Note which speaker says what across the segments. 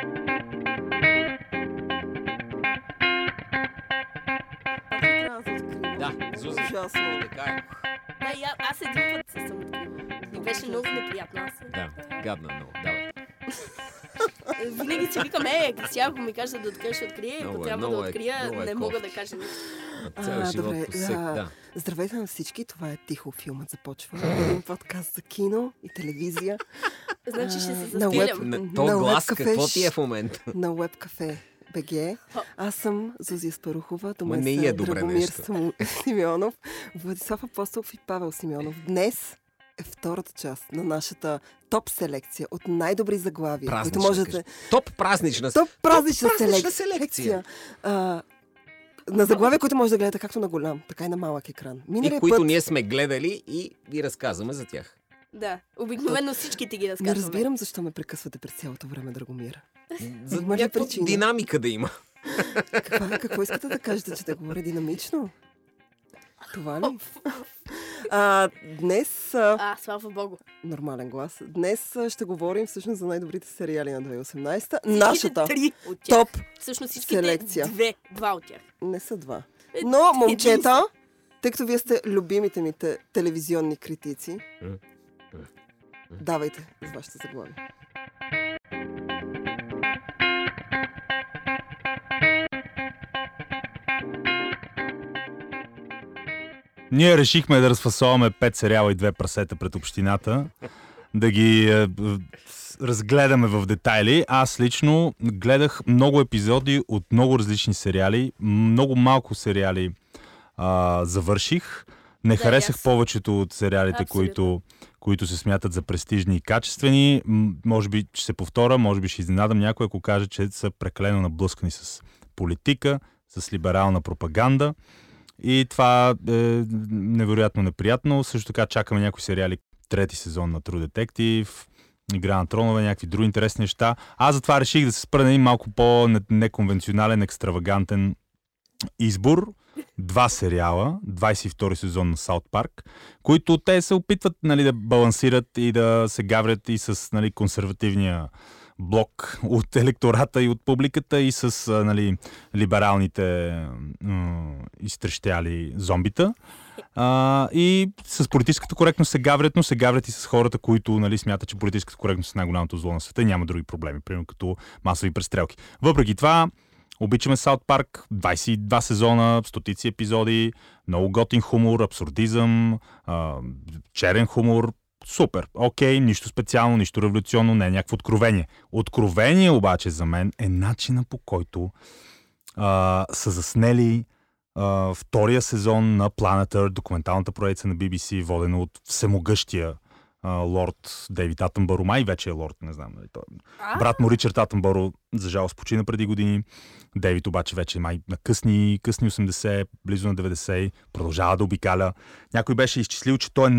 Speaker 1: Ами, Ясно, обикаях.
Speaker 2: Да, и а- Е, аз един път се съм открила. И беше много неприятно. Аз съм-
Speaker 3: Да, гадна много. Давай.
Speaker 2: Е, Винаги си викам, е, Кристиан, ако ми кажат да откриеш, ще открия. И
Speaker 3: Много
Speaker 2: Ако
Speaker 3: е,
Speaker 2: трябва да
Speaker 3: много е-
Speaker 2: открия,
Speaker 3: много е
Speaker 2: не мога
Speaker 3: кофти.
Speaker 2: да кажа нищо.
Speaker 3: Цял
Speaker 1: А,
Speaker 3: живот
Speaker 1: добре,
Speaker 3: по сек,
Speaker 1: да.
Speaker 3: да.
Speaker 1: Здравейте на всички, това е Тихо филмът започва. Един подкаст за кино и телевизия
Speaker 2: Значи ще се
Speaker 1: А, на
Speaker 3: Уеб,
Speaker 2: застилям.
Speaker 1: М,
Speaker 3: не,
Speaker 1: на
Speaker 3: то
Speaker 1: Web
Speaker 3: глас,
Speaker 1: Cafe
Speaker 3: какво ти е
Speaker 1: ш-
Speaker 3: в момента?
Speaker 1: на Web Cafe БГ. Аз съм Зузия Спарухова, до
Speaker 3: Ма
Speaker 1: мен
Speaker 3: не
Speaker 1: са
Speaker 3: и е добре
Speaker 1: Драгомир
Speaker 3: нещо.
Speaker 1: Сим- Симеонов, Владислав Апостолов и Павел Симеонов. Днес е втората част на нашата топ селекция от най-добри заглавия, които
Speaker 3: Празнична.
Speaker 1: можете...
Speaker 3: кажи. Топ празнична.
Speaker 1: Топ празнична
Speaker 3: Топ празнична
Speaker 1: селекция.
Speaker 3: селекция.
Speaker 1: А, на заглавия, които може да гледате както на голям, така и на малък екран. Миналия
Speaker 3: И които
Speaker 1: път-
Speaker 3: ние сме гледали и ви разказваме за тях.
Speaker 2: Да, обикновено всички ти ги
Speaker 1: Не
Speaker 2: разказваме.
Speaker 1: разбирам защо ме прекъсвате през цялото време, Драгомира.
Speaker 3: За
Speaker 1: Има ли
Speaker 3: някаква
Speaker 1: причина?
Speaker 3: динамика да има.
Speaker 1: Каква, какво искате да кажете, че да говоря динамично? Това ли? А, днес, а,
Speaker 2: А, слава богу.
Speaker 1: нормален глас, днес а, ще говорим всъщност за най-добрите сериали на 2018. Нашата
Speaker 2: Всичките три от тях.
Speaker 1: топ,
Speaker 2: Всъщност всичките
Speaker 1: селекция.
Speaker 2: две, два от тях.
Speaker 1: не са два.
Speaker 2: Е,
Speaker 1: Но,
Speaker 2: един
Speaker 1: момчета, тъй като вие сте любимите ми те- телевизионни критици,
Speaker 3: М.
Speaker 1: давайте с вашите заглавия.
Speaker 4: Ние решихме да разфасоваме пет сериала и две прасета пред общината, да ги е, б- с- разгледаме в детайли. Аз лично гледах много епизоди от много различни сериали, много малко сериали а, завърших. Не
Speaker 2: Да, и
Speaker 4: харесах
Speaker 2: аз.
Speaker 4: повечето от сериалите,
Speaker 2: Абсолютно.
Speaker 4: които, които се смятат за престижни и качествени. М, Може би ще се повторя, може би ще изненадам някой, ако каже, че са прекалено наблъскани с политика, с либерална пропаганда. И това е невероятно неприятно. Също така чакаме някои сериали. Трети сезон на True Detective, Игра на тронове, някакви други интересни неща. Аз затова реших да се спра на един малко по-неконвенционален, екстравагантен избор. Два сериала, 22 сезон на Саут Парк, които те се опитват нали, да балансират и да се гаврят и с нали, консервативния блок от електората и от публиката и с а, нали, либералните м, изтрещяли зомбита. А, и с политическата коректност се гаврят, но се гаврят и с хората, които нали, смятат, че политическата коректност е най-голямото зло на света и няма други проблеми, примерно като масови престрелки. Въпреки това, обичаме Саут Парк, 22 сезона, стотици епизоди, много готин хумор, абсурдизъм, а, черен хумор, супер, окей, нищо специално, нищо революционно, не е някакво откровение. Откровение обаче за мен е начина по който а, са заснели а, втория сезон на Planet Earth, документалната проекция на BBC, водена от всемогъщия а, лорд Дейвид Атънбаро, май вече е лорд, не знам дали той
Speaker 2: А?
Speaker 4: Брат му Ричард Атънборо, за жалост, почина преди години. Дейвид обаче вече май на късни, късни 80, близо на 90, продължава да обикаля. Някой беше изчислил, че той е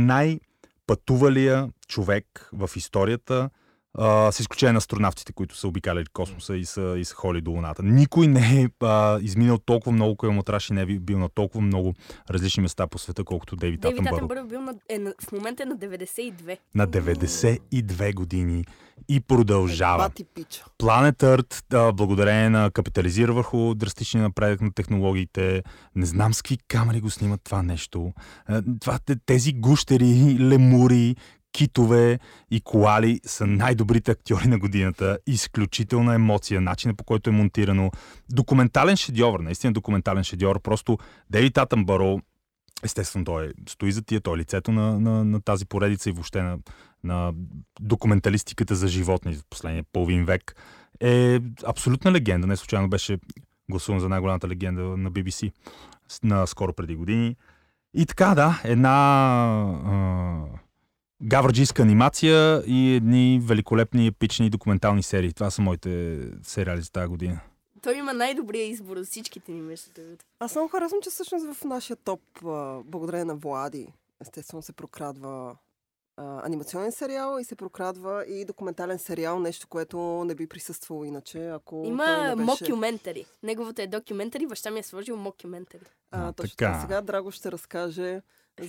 Speaker 4: най-пътувалия човек в историята, а, с изключение на астронавтите, които са обикаляли космоса и са, и са ходили до Луната. Никой не е а, изминал толкова много километраж и не е бил на толкова много различни места по света, колкото Дейвид
Speaker 2: Дейвид
Speaker 4: Атънборо.
Speaker 2: Атенбърг бил на, е, на, в момента е на 92.
Speaker 4: На 92 години и продължава.
Speaker 1: Бати пичо.
Speaker 4: Planet Earth, а, благодарение на капитализира върху драстичния напредък на технологиите. Не знам с какви камери го снимат това нещо. А, Това, те- тези гущери, лемури, китове и коали са най-добрите актьори на годината. Изключителна емоция, начина по който е монтирано. Документален шедьовър, наистина документален шедьовър. Просто Дейвид Атъмбаро, естествено той стои за тия, той е лицето на, на, на тази поредица и въобще на, на документалистиката за животни за последния половин век е абсолютна легенда. Не случайно беше гласуван за най-голямата легенда на BBC с- на скоро преди години. И така, да, една а, гаварджийска анимация и едни великолепни, епични документални серии. Това са моите сериали за тази година.
Speaker 2: Той има най-добрия избор от всичките ни, между другото.
Speaker 1: Аз много харесвам, че всъщност в нашия топ, а, благодарение на Влади, естествено се прокрадва а, анимационен сериал и се прокрадва и документален сериал, нещо, което не би присъствало иначе, ако той не
Speaker 2: Има
Speaker 1: беше...
Speaker 2: мокюментари. Неговото е докюментари, баща ми е сложил мокюментари.
Speaker 1: А,
Speaker 4: А,
Speaker 1: точно
Speaker 4: така.
Speaker 1: така. Сега Драго ще разкаже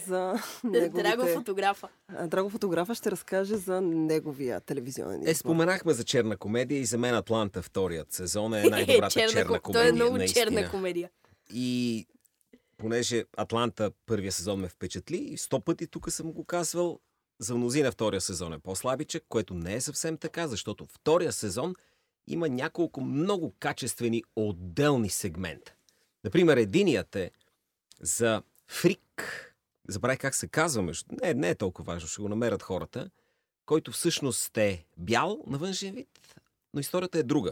Speaker 1: за
Speaker 2: Драго
Speaker 1: неговите...
Speaker 2: фотографа.
Speaker 1: А, Драго фотографа ще разкаже за неговия телевизионен избор.
Speaker 3: Е, споменахме за черна комедия и за мен Атланта вторият сезон е най-добрата черна,
Speaker 2: ко-
Speaker 3: комедия.
Speaker 2: Той е много
Speaker 3: наистина.
Speaker 2: черна комедия.
Speaker 3: И понеже Атланта първия сезон ме впечатли и сто пъти тук съм го казвал, за мнозина втория сезон е по-слабичък, което не е съвсем така, защото втория сезон има няколко много качествени отделни сегмента. Например, единият е за фрик, забравих как се казва, между... не, не е толкова важно, ще го намерят хората, който всъщност е бял на външен вид, но историята е друга.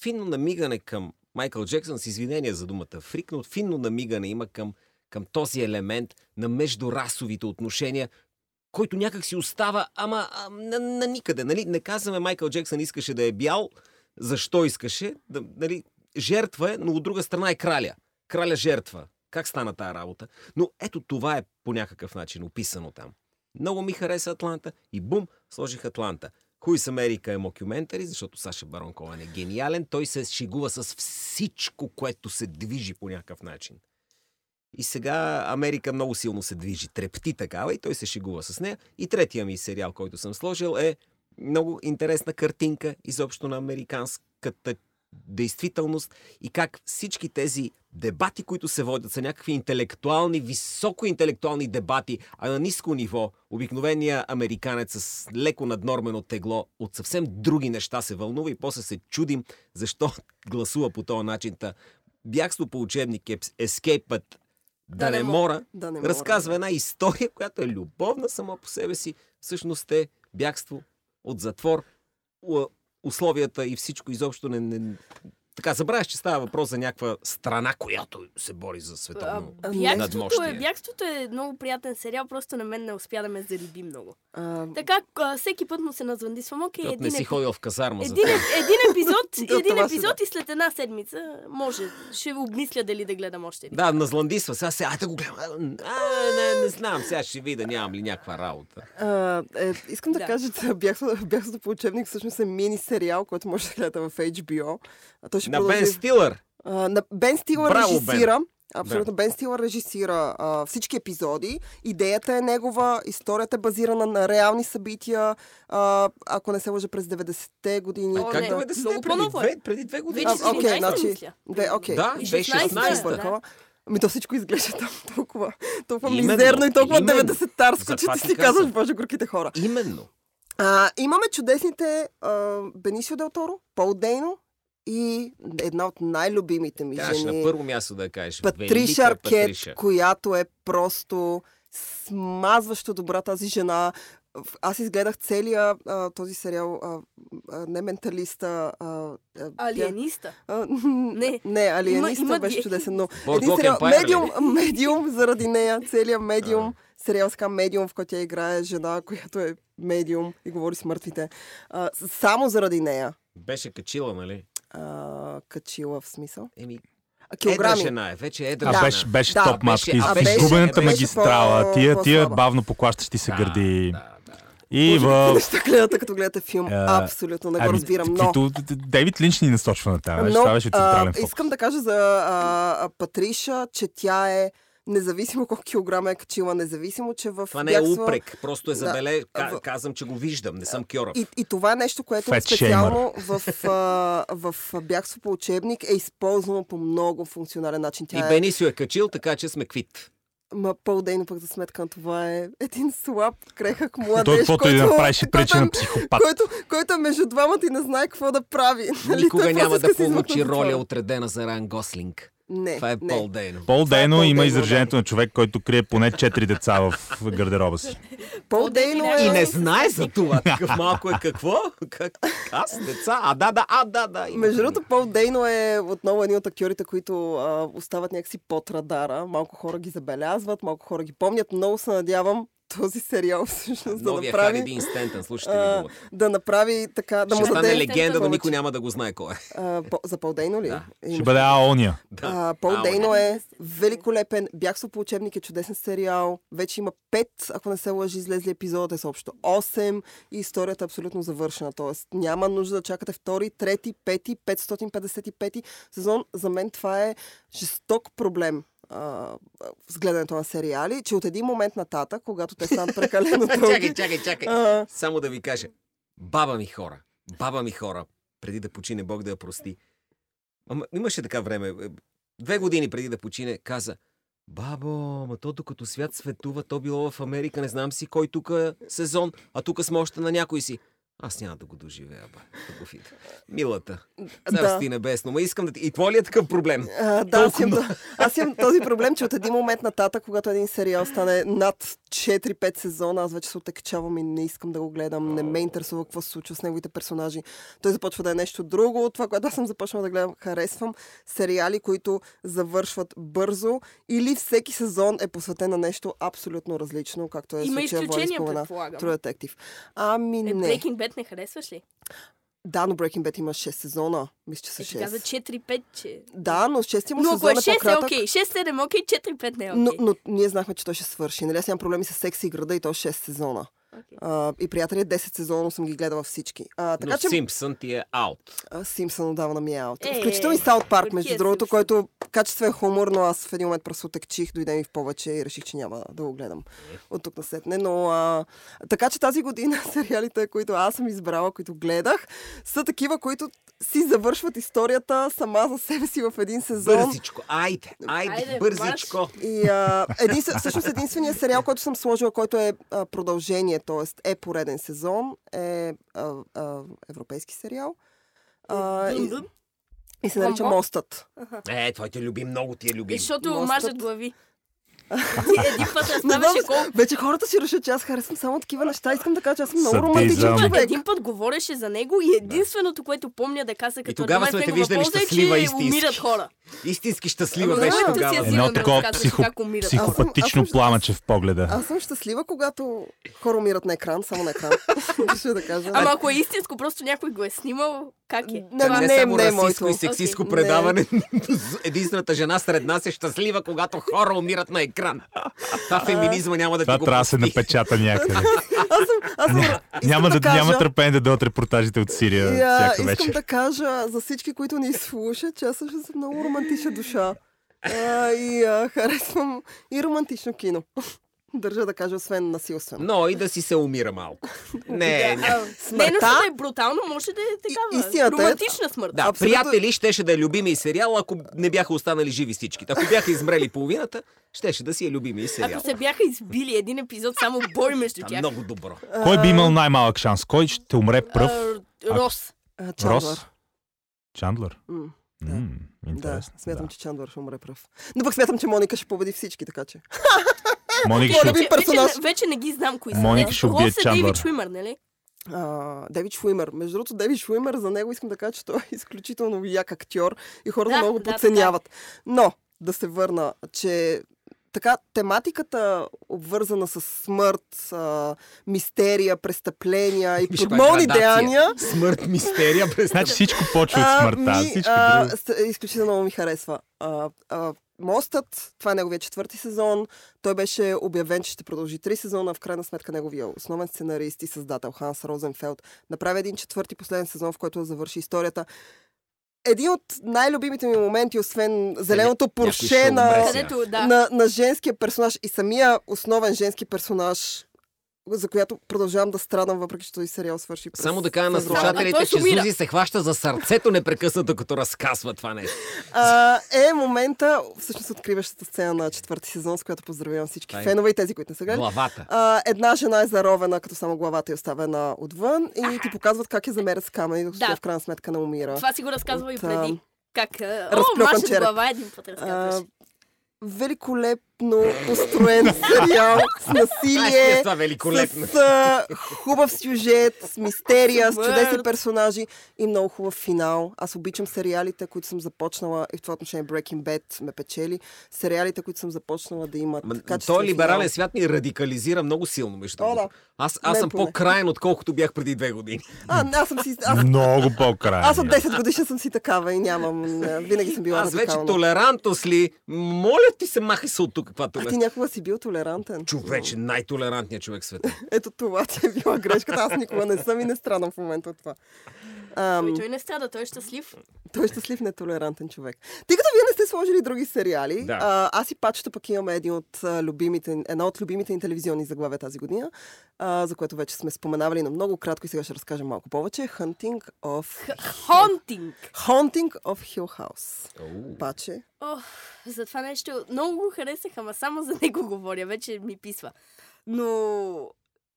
Speaker 3: Финно намигане към Майкъл Джексън, с извинение за думата фрик, но финно намигане има към, към този елемент на междурасовите отношения, който някак си остава, ама а, на, на никъде. Нали? Не казваме Майкъл Джексън искаше да е бял, защо искаше. Да, нали? Жертва е, но от друга страна е краля. Краля жертва. Как стана тая работа? Но ето това е по някакъв начин описано там. Много ми хареса Атланта и бум, сложих Атланта. Хуй с Америка е мокюментари, защото Саша Барон Коен е гениален. Той се шегува с всичко, което се движи по някакъв начин. И сега Америка много силно се движи, трепти такава и той се шегува с нея. И третия ми сериал, който съм сложил е много интересна картинка изобщо на американската действителност и как всички тези дебати, които се водят, са някакви интелектуални, високоинтелектуални дебати, а на ниско ниво обикновения американец с леко наднормено тегло от съвсем други неща се вълнува и после се чудим защо гласува по този начин. Та, бягство по учебник, еп- ескейпът да, не мора,
Speaker 1: Да не мога.
Speaker 3: разказва една история, която е любовна сама по себе си. Всъщност е бягство от затвор, у- условията и всичко изобщо не... не... Така, забравяш, че става въпрос за някаква страна, която се бори за
Speaker 2: А,
Speaker 3: световно.
Speaker 2: бягството,
Speaker 3: надмощие.
Speaker 2: е, бягството е много приятен сериал, просто на мен не успя да ме зариби много.
Speaker 1: А,
Speaker 2: Така, а, всеки път му се названдисвам, окей,
Speaker 3: Защото
Speaker 2: един,
Speaker 3: не си
Speaker 2: епизод,
Speaker 3: ходил в казарма за
Speaker 2: един, е еп- един епизод,
Speaker 1: Да,
Speaker 2: един
Speaker 1: това си
Speaker 2: епизод и след една седмица може, ще обмисля дали да гледам още един.
Speaker 3: Да, назландисва. Сега се, айде го гледам. А, не, не знам. Сега ще видя, нямам ли някаква работа.
Speaker 1: а, е, искам да,
Speaker 2: Да.
Speaker 1: кажа, че бягството, бягството по учебник всъщност е мини сериал, който може да гледате в HBO. А той ще
Speaker 3: На
Speaker 1: продължи
Speaker 3: Бен Стилър.
Speaker 1: А, на Бен Стилър
Speaker 3: Браво,
Speaker 1: режисира. Абсолютно. Бен Стилър режисира а, всички епизоди. Идеята е негова, историята е базирана на реални събития. А, ако не се лъжа през 90-те години.
Speaker 2: О,
Speaker 3: Как
Speaker 2: не,
Speaker 3: да ме да се
Speaker 2: много
Speaker 3: преди,
Speaker 2: по-ново е.
Speaker 3: две- преди две години?
Speaker 2: Вече
Speaker 1: А,
Speaker 2: си
Speaker 1: окей,
Speaker 2: 16
Speaker 1: значи-
Speaker 2: мисля.
Speaker 1: Две, окей.
Speaker 3: Да,
Speaker 2: И
Speaker 3: беше
Speaker 2: 16-та.
Speaker 3: 16-та.
Speaker 1: Такова. Ми то всичко изглежда там толкова, толкова
Speaker 3: Именно,
Speaker 1: мизерно и толкова
Speaker 3: именно.
Speaker 1: 90-тарско, че
Speaker 3: Затова
Speaker 1: ти
Speaker 3: ти
Speaker 1: си казваш,
Speaker 3: казвам.
Speaker 1: боже, горките хора.
Speaker 3: Именно.
Speaker 1: А, имаме чудесните а, Бенисио Дел Торо, Пол Дейно и една от най-любимите ми
Speaker 3: Трябваше
Speaker 1: жени.
Speaker 3: на първо място да кажеш.
Speaker 1: Патриша
Speaker 3: Велика
Speaker 1: Аркет,
Speaker 3: Патриша.
Speaker 1: която е просто смазващо добра тази жена. В- Аз изгледах целия а, този сериал, а, а, не менталиста. А, а,
Speaker 2: Алиениста.
Speaker 1: А,
Speaker 2: Не.
Speaker 1: не, алиениста
Speaker 2: Има- има
Speaker 1: беше
Speaker 2: ди-
Speaker 1: чудесен, но
Speaker 3: Boardwalk
Speaker 1: един сериал,
Speaker 3: Empire нали? ли?
Speaker 1: медиум, медиум, заради нея, целият медиум, сериал с медиум, в който тя играе жена, която е медиум и говори с мъртвите. А, с- само заради нея.
Speaker 3: Беше качила, нали?
Speaker 1: А, качила в смисъл.
Speaker 3: Еми,
Speaker 1: А,
Speaker 3: едра
Speaker 1: килограми.
Speaker 3: жена е. Вече едра
Speaker 4: А
Speaker 1: Да.
Speaker 3: жена.
Speaker 4: беше, беше
Speaker 1: Да,
Speaker 4: топ матч.
Speaker 3: беше- а,
Speaker 1: беше-
Speaker 4: Изгубената
Speaker 3: беше
Speaker 1: по-
Speaker 4: магистрала. Тия, тия
Speaker 1: по-слаба.
Speaker 4: бавно поклащащи се гърди.
Speaker 3: Да, да.
Speaker 4: И
Speaker 1: Може
Speaker 4: в... Е, ами,
Speaker 1: би неща гледате, като гледате филм.
Speaker 4: А,
Speaker 1: Абсолютно не го разбирам, но...
Speaker 4: Като Дейвид Линч ни насочва на тази. Това беше централен
Speaker 1: а,
Speaker 4: фокус.
Speaker 1: искам да кажа за а, а, Патриша, че тя е независимо колко килограма е качила, независимо, че в
Speaker 3: Това не е
Speaker 1: бягства-
Speaker 3: упрек, просто е
Speaker 1: Да.
Speaker 3: забележ...
Speaker 1: В-
Speaker 3: Ка- казвам, че го виждам, не съм кьорав.
Speaker 1: И, и това е нещо, което
Speaker 4: Fat
Speaker 1: специално в, а, в бягство по учебник е използвано по много функционален начин.
Speaker 3: И
Speaker 1: Тя е
Speaker 3: Бенисио е качил, така че сме квит.
Speaker 1: ма, пълдейно пък за сметка на това е един слаб, крехък
Speaker 4: Той
Speaker 1: младеж,
Speaker 4: каквото и да направи, ще пречи
Speaker 1: който е-
Speaker 4: на психопат.
Speaker 1: който, който е между двамата и не знае какво да прави. Нали?
Speaker 3: Никога
Speaker 1: Той
Speaker 3: няма
Speaker 1: просто
Speaker 3: да
Speaker 1: иска си
Speaker 3: получи
Speaker 1: измъкне
Speaker 3: роля
Speaker 1: затвора.
Speaker 3: отредена за Ран Гослинг.
Speaker 1: Не,
Speaker 3: Това е
Speaker 1: не.
Speaker 3: Пол Дейно.
Speaker 4: Пол
Speaker 1: Това е Пол
Speaker 4: Дейно
Speaker 1: Дейно,
Speaker 4: има
Speaker 1: да.
Speaker 4: изражението на човек, който крие поне 4 деца в гардероба си.
Speaker 1: Пол Дейно е...
Speaker 3: И не знае за това. Такъв малко е какво? Как? Аз деца? А да, да, а да, да. има
Speaker 1: Между
Speaker 3: такива.
Speaker 1: другото, Пол Дейно е отново един от актьорите, които а, остават някакси под радара. Малко хора ги забелязват, малко хора ги помнят. Много се надявам този сериал всъщност да
Speaker 3: Новия Хари
Speaker 1: направи,
Speaker 3: Дин Стентън, слушайте ми
Speaker 1: а,
Speaker 3: думата.
Speaker 1: да направи така, да
Speaker 3: Ще
Speaker 1: му
Speaker 3: стане
Speaker 1: даде...
Speaker 3: легенда, но
Speaker 1: повече.
Speaker 3: никой няма да го знае кой е.
Speaker 1: А, по, за Пол Дейно ли?
Speaker 3: Да.
Speaker 1: Имаш
Speaker 4: Ще бъде Аония.
Speaker 1: А, Пол
Speaker 3: Ау,
Speaker 1: Дейно
Speaker 2: да.
Speaker 1: е великолепен. Бягство по учебник е чудесен сериал. Вече има пет, ако не се лъжи, излезли епизода, те са общо 8 и историята е абсолютно завършена. Тоест няма нужда да чакате втори, трети, пети, 555 сезон. За мен това е жесток проблем а, с гледането на сериали, че от един момент нататък, когато те станат прекалено
Speaker 3: Чакай,
Speaker 1: дълги,
Speaker 3: чакай, чакай.
Speaker 1: а,
Speaker 3: Само да ви кажа. Баба ми хора. Баба ми хора. Преди да почине, Бог да я прости. Ама имаше така време. е, Две години преди да почине, каза, Бабо, ма то докато свят светува, то било в Америка, не знам си кой тук е сезон, а тук сме още на някой си. Аз няма да го доживея, ба. Да го видя. Милата. Царство ти е небесно. Ма искам да ти... И твой ли е такъв проблем?
Speaker 1: А, да, аз имам, аз имам този проблем, че от един момент нататък, когато един сериал стане над 4-5 сезона, аз вече се отекчавам и не искам да го гледам. Не ме интересува какво се случва с неговите персонажи. Той започва да е нещо друго. Това, което аз съм започнала да гледам, харесвам сериали, които завършват бързо или всеки сезон е посветен на нещо абсолютно различно, както е
Speaker 2: Има
Speaker 1: случая Влади
Speaker 2: изключения,
Speaker 1: спомена.
Speaker 2: предполагам.
Speaker 1: True Detective. Ами
Speaker 2: Е,
Speaker 1: не.
Speaker 2: Breaking Bad не харесваш ли?
Speaker 1: Да, но Breaking Bad има 6 сезона. Мисля, че са
Speaker 2: Е, ти каза
Speaker 1: 6.
Speaker 2: 4-5, че...
Speaker 1: Да, но с 6 му
Speaker 2: Но ако
Speaker 1: сезон
Speaker 2: е
Speaker 1: е
Speaker 2: 6 е
Speaker 1: по-кратък.
Speaker 2: окей, 6-7 е окей, 4-5 не е окей.
Speaker 1: Но, но ние знахме, че той ще свърши. Нали, аз имам проблеми с секси и града и то 6 сезона.
Speaker 2: Окей.
Speaker 1: А, и приятели 10 сезона съм ги гледала всички. А, така
Speaker 3: Но
Speaker 1: че
Speaker 3: Симпсън ти е аут.
Speaker 1: а, Симпсън отдавна ми е аут.
Speaker 2: Е,
Speaker 1: Включително и Саут Парк,
Speaker 2: кой ти
Speaker 1: между
Speaker 2: е
Speaker 1: другото,
Speaker 2: Симпсън?
Speaker 1: който качествен хумор, но аз в един момент просто отекчих, дойде ми в повече и реших, че няма да го гледам от тук на сетне. Но а, така че тази година сериалите, които аз съм избрала, които гледах, са такива, които си завършват историята сама за себе си в един сезон.
Speaker 3: Бързичко. Айде, айде,
Speaker 2: Айде,
Speaker 3: бързичко.
Speaker 1: И а, един, всъщност единственият сериал, който съм сложила, който е а, продължение, т.е. е пореден сезон, е а, а, европейски сериал. А, и,
Speaker 2: Дун-дун.
Speaker 1: и се нарича
Speaker 2: Комбо?
Speaker 1: Мостът.
Speaker 3: Е, той те люби, много ти е любим.
Speaker 2: Защото
Speaker 1: Мостът.
Speaker 2: мажат глави. Ти един път
Speaker 1: Не знам,
Speaker 2: разставяше колко...
Speaker 1: вече хората си решат, че аз харесвам само такива неща. Искам да кажа, че аз съм много
Speaker 4: Садизъм.
Speaker 1: романтичен
Speaker 4: Ама
Speaker 1: човек.
Speaker 2: Един път говореше за него и единственото, което помня да каза като
Speaker 3: тогава сме
Speaker 2: аргумент
Speaker 3: те
Speaker 2: негова
Speaker 3: виждали
Speaker 2: полза
Speaker 3: щастлива
Speaker 2: е, че
Speaker 3: истински.
Speaker 2: умират хора.
Speaker 3: Истински щаслива
Speaker 2: Ама
Speaker 3: беше
Speaker 2: знаеш ли,
Speaker 3: тогава.
Speaker 2: ти си-
Speaker 4: Едно
Speaker 2: Сигурно
Speaker 4: такова
Speaker 2: разказваш
Speaker 4: психо...
Speaker 2: как умират.
Speaker 1: Аз съм-
Speaker 4: психопатично
Speaker 1: аз съм-
Speaker 4: пламъче в погледа.
Speaker 1: Аз съм щастлива, когато хора умират на екран, само на екран. Ще да кажа.
Speaker 2: Ама ако е истинско, просто някой го е снимал, как е?
Speaker 1: Не,
Speaker 2: Това
Speaker 3: Ами не,
Speaker 2: е.
Speaker 1: не е
Speaker 3: само расистско
Speaker 1: моето.
Speaker 3: и сексистско
Speaker 1: Окей.
Speaker 3: предаване. Единствената жена сред нас е щастлива, когато хора умират на екран. Това феминизма няма да ти
Speaker 4: Това
Speaker 3: го
Speaker 4: трябва да се
Speaker 3: прости.
Speaker 4: напечата някъде.
Speaker 1: Аз съм, аз съм, искам
Speaker 4: Няма, да,
Speaker 1: да кажа,
Speaker 4: няма търпение да дойдат репортажите от Сирия
Speaker 1: И, а,
Speaker 4: всяка
Speaker 1: искам
Speaker 4: вечер.
Speaker 1: да кажа за всички, които ни слушат, че аз също съм много романтична душа. А, и а, харесвам и романтично кино. Държа да кажа, освен насилствено.
Speaker 3: Но и да си се умира малко. Не, не.
Speaker 2: А, Нейното
Speaker 1: Смъртта-
Speaker 2: е брутално, може да е такава.
Speaker 1: истината е-
Speaker 2: Романтична смърт.
Speaker 3: Да,
Speaker 1: Абсолютно.
Speaker 3: приятели щеше да е любими и сериал, ако не бяха останали живи всичките. Ако бяха измрели половината, щеше да си е любими и сериал.
Speaker 2: Ако се бяха избили един епизод, само бой между
Speaker 3: Това е
Speaker 2: тях.
Speaker 3: много добро.
Speaker 4: Кой би имал най-малък шанс? Кой ще умре пръв?
Speaker 1: Е,
Speaker 2: А, Рос.
Speaker 1: А, Чандлър.
Speaker 4: Рос? Чандлър?
Speaker 1: М,
Speaker 4: М,
Speaker 1: да,
Speaker 4: Интересно.
Speaker 1: смятам,
Speaker 4: да.
Speaker 1: че Чандлър ще умре пръв. Но пък смятам, че Моника ще победи всички, така че.
Speaker 4: Моника
Speaker 1: Моля ви.
Speaker 4: ще...
Speaker 2: Вече,
Speaker 1: любим персонаж.
Speaker 2: вече, вече не ги знам кои са.
Speaker 4: Моника ще убие
Speaker 2: Рос е Дейвид
Speaker 4: Чандлър.
Speaker 2: Шуимър, нали?
Speaker 1: А, Девид Шуимер. Между другото, Девид Шуимер, за него искам да кажа, че той е изключително як актьор и хората
Speaker 2: Да,
Speaker 1: да, много
Speaker 2: да,
Speaker 1: подценяват. Но, да се върна, че така, тематиката, обвързана с смърт, а, мистерия, престъпления и
Speaker 3: Виж каква
Speaker 1: подмолни
Speaker 3: градация.
Speaker 1: деяния,
Speaker 3: Смърт, мистерия, през
Speaker 4: Значи всичко почва от смъртта.
Speaker 1: ми,
Speaker 4: Всичко
Speaker 1: а,
Speaker 4: друго. е
Speaker 1: с- изключително много ми харесва. А, а, Мостът, това е неговия четвърти сезон. Той беше обявен, че ще продължи три сезона. В крайна сметка неговия основен сценарист и създател Ханс Розенфелд направи един четвърти последен сезон, в който да завърши историята. Един от най-любимите ми моменти, освен зеленото
Speaker 3: Е, някой ще
Speaker 1: порше
Speaker 3: умре
Speaker 1: на,
Speaker 3: сега.
Speaker 2: Където, да.
Speaker 1: на, на женския персонаж и самия основен женски персонаж, за която продължавам да страдам, въпреки че този сериал свърши. през
Speaker 3: Само да кажа на
Speaker 1: февруари.
Speaker 2: А
Speaker 3: слушателите,
Speaker 2: той
Speaker 3: че
Speaker 2: сумира.
Speaker 3: Зузи се хваща за сърцето непрекъснато, като разказва това нещо.
Speaker 1: А, е момента, всъщност откриващата сцена на четвърти сезон, с която поздравявам всички
Speaker 3: Тай.
Speaker 1: фенове и тези, които не са гледали.
Speaker 3: Главата.
Speaker 1: А, една жена е заровена, като само главата е оставена отвън и ти показват как я замерят с камъни, докато
Speaker 2: Да.
Speaker 1: тя в крайна сметка не умира.
Speaker 2: Това си го разказва и
Speaker 1: От,
Speaker 2: преди. Как? а, О,
Speaker 1: разплюкан
Speaker 2: Маша
Speaker 1: череп.
Speaker 2: глава един път разказваш.
Speaker 1: А, великолепно построен сериал с насилие,
Speaker 3: Е, това великолепно.
Speaker 1: с а, хубав сюжет, с мистерия, с чудесни
Speaker 2: Смърт.
Speaker 1: персонажи и много хубав финал. Аз обичам сериалите, които съм започнала и в това отношение Breaking Bad ме печели. Сериалите, които съм започнала да имат.
Speaker 3: Ма,
Speaker 1: качествен
Speaker 3: Той е либерален
Speaker 1: финал.
Speaker 3: свят ни радикализира много силно, между
Speaker 1: О, да.
Speaker 3: другото. Аз, аз
Speaker 1: Мен
Speaker 3: съм
Speaker 1: поне.
Speaker 3: по-краен, отколкото бях преди две години.
Speaker 1: А, не, аз съм си... Аз,
Speaker 4: Много по-крайно.
Speaker 1: аз от 10 годишна съм си такава и нямам... а, Винаги съм била
Speaker 3: Аз вече
Speaker 1: радикална.
Speaker 3: толерантност ли? Моля ти се, махай се от тук, каква
Speaker 1: А ти
Speaker 3: толерантност.
Speaker 1: някога си бил толерантен.
Speaker 3: Човече, най-толерантният човек в света.
Speaker 1: Ето това ти е била грешката. Аз никога не съм и не страдам в момента от това. Ам,
Speaker 2: Ами той не страда, той е щастлив.
Speaker 1: той е щастлив, нетолерантен човек. Тъй като вие не сте сложили други сериали,
Speaker 3: Да.
Speaker 1: а, аз и пачето пък имаме един от а, любимите, една от любимите ни телевизионни заглавия тази година, а, за което вече сме споменавали на много кратко и сега ще разкажем малко повече. Hunting of...
Speaker 2: Хонтинг!
Speaker 1: Haunting of Hill House.
Speaker 3: Оу.
Speaker 1: Паче.
Speaker 2: Ох, за това нещо много го харесах, ама само за него говоря, вече ми писва. Но...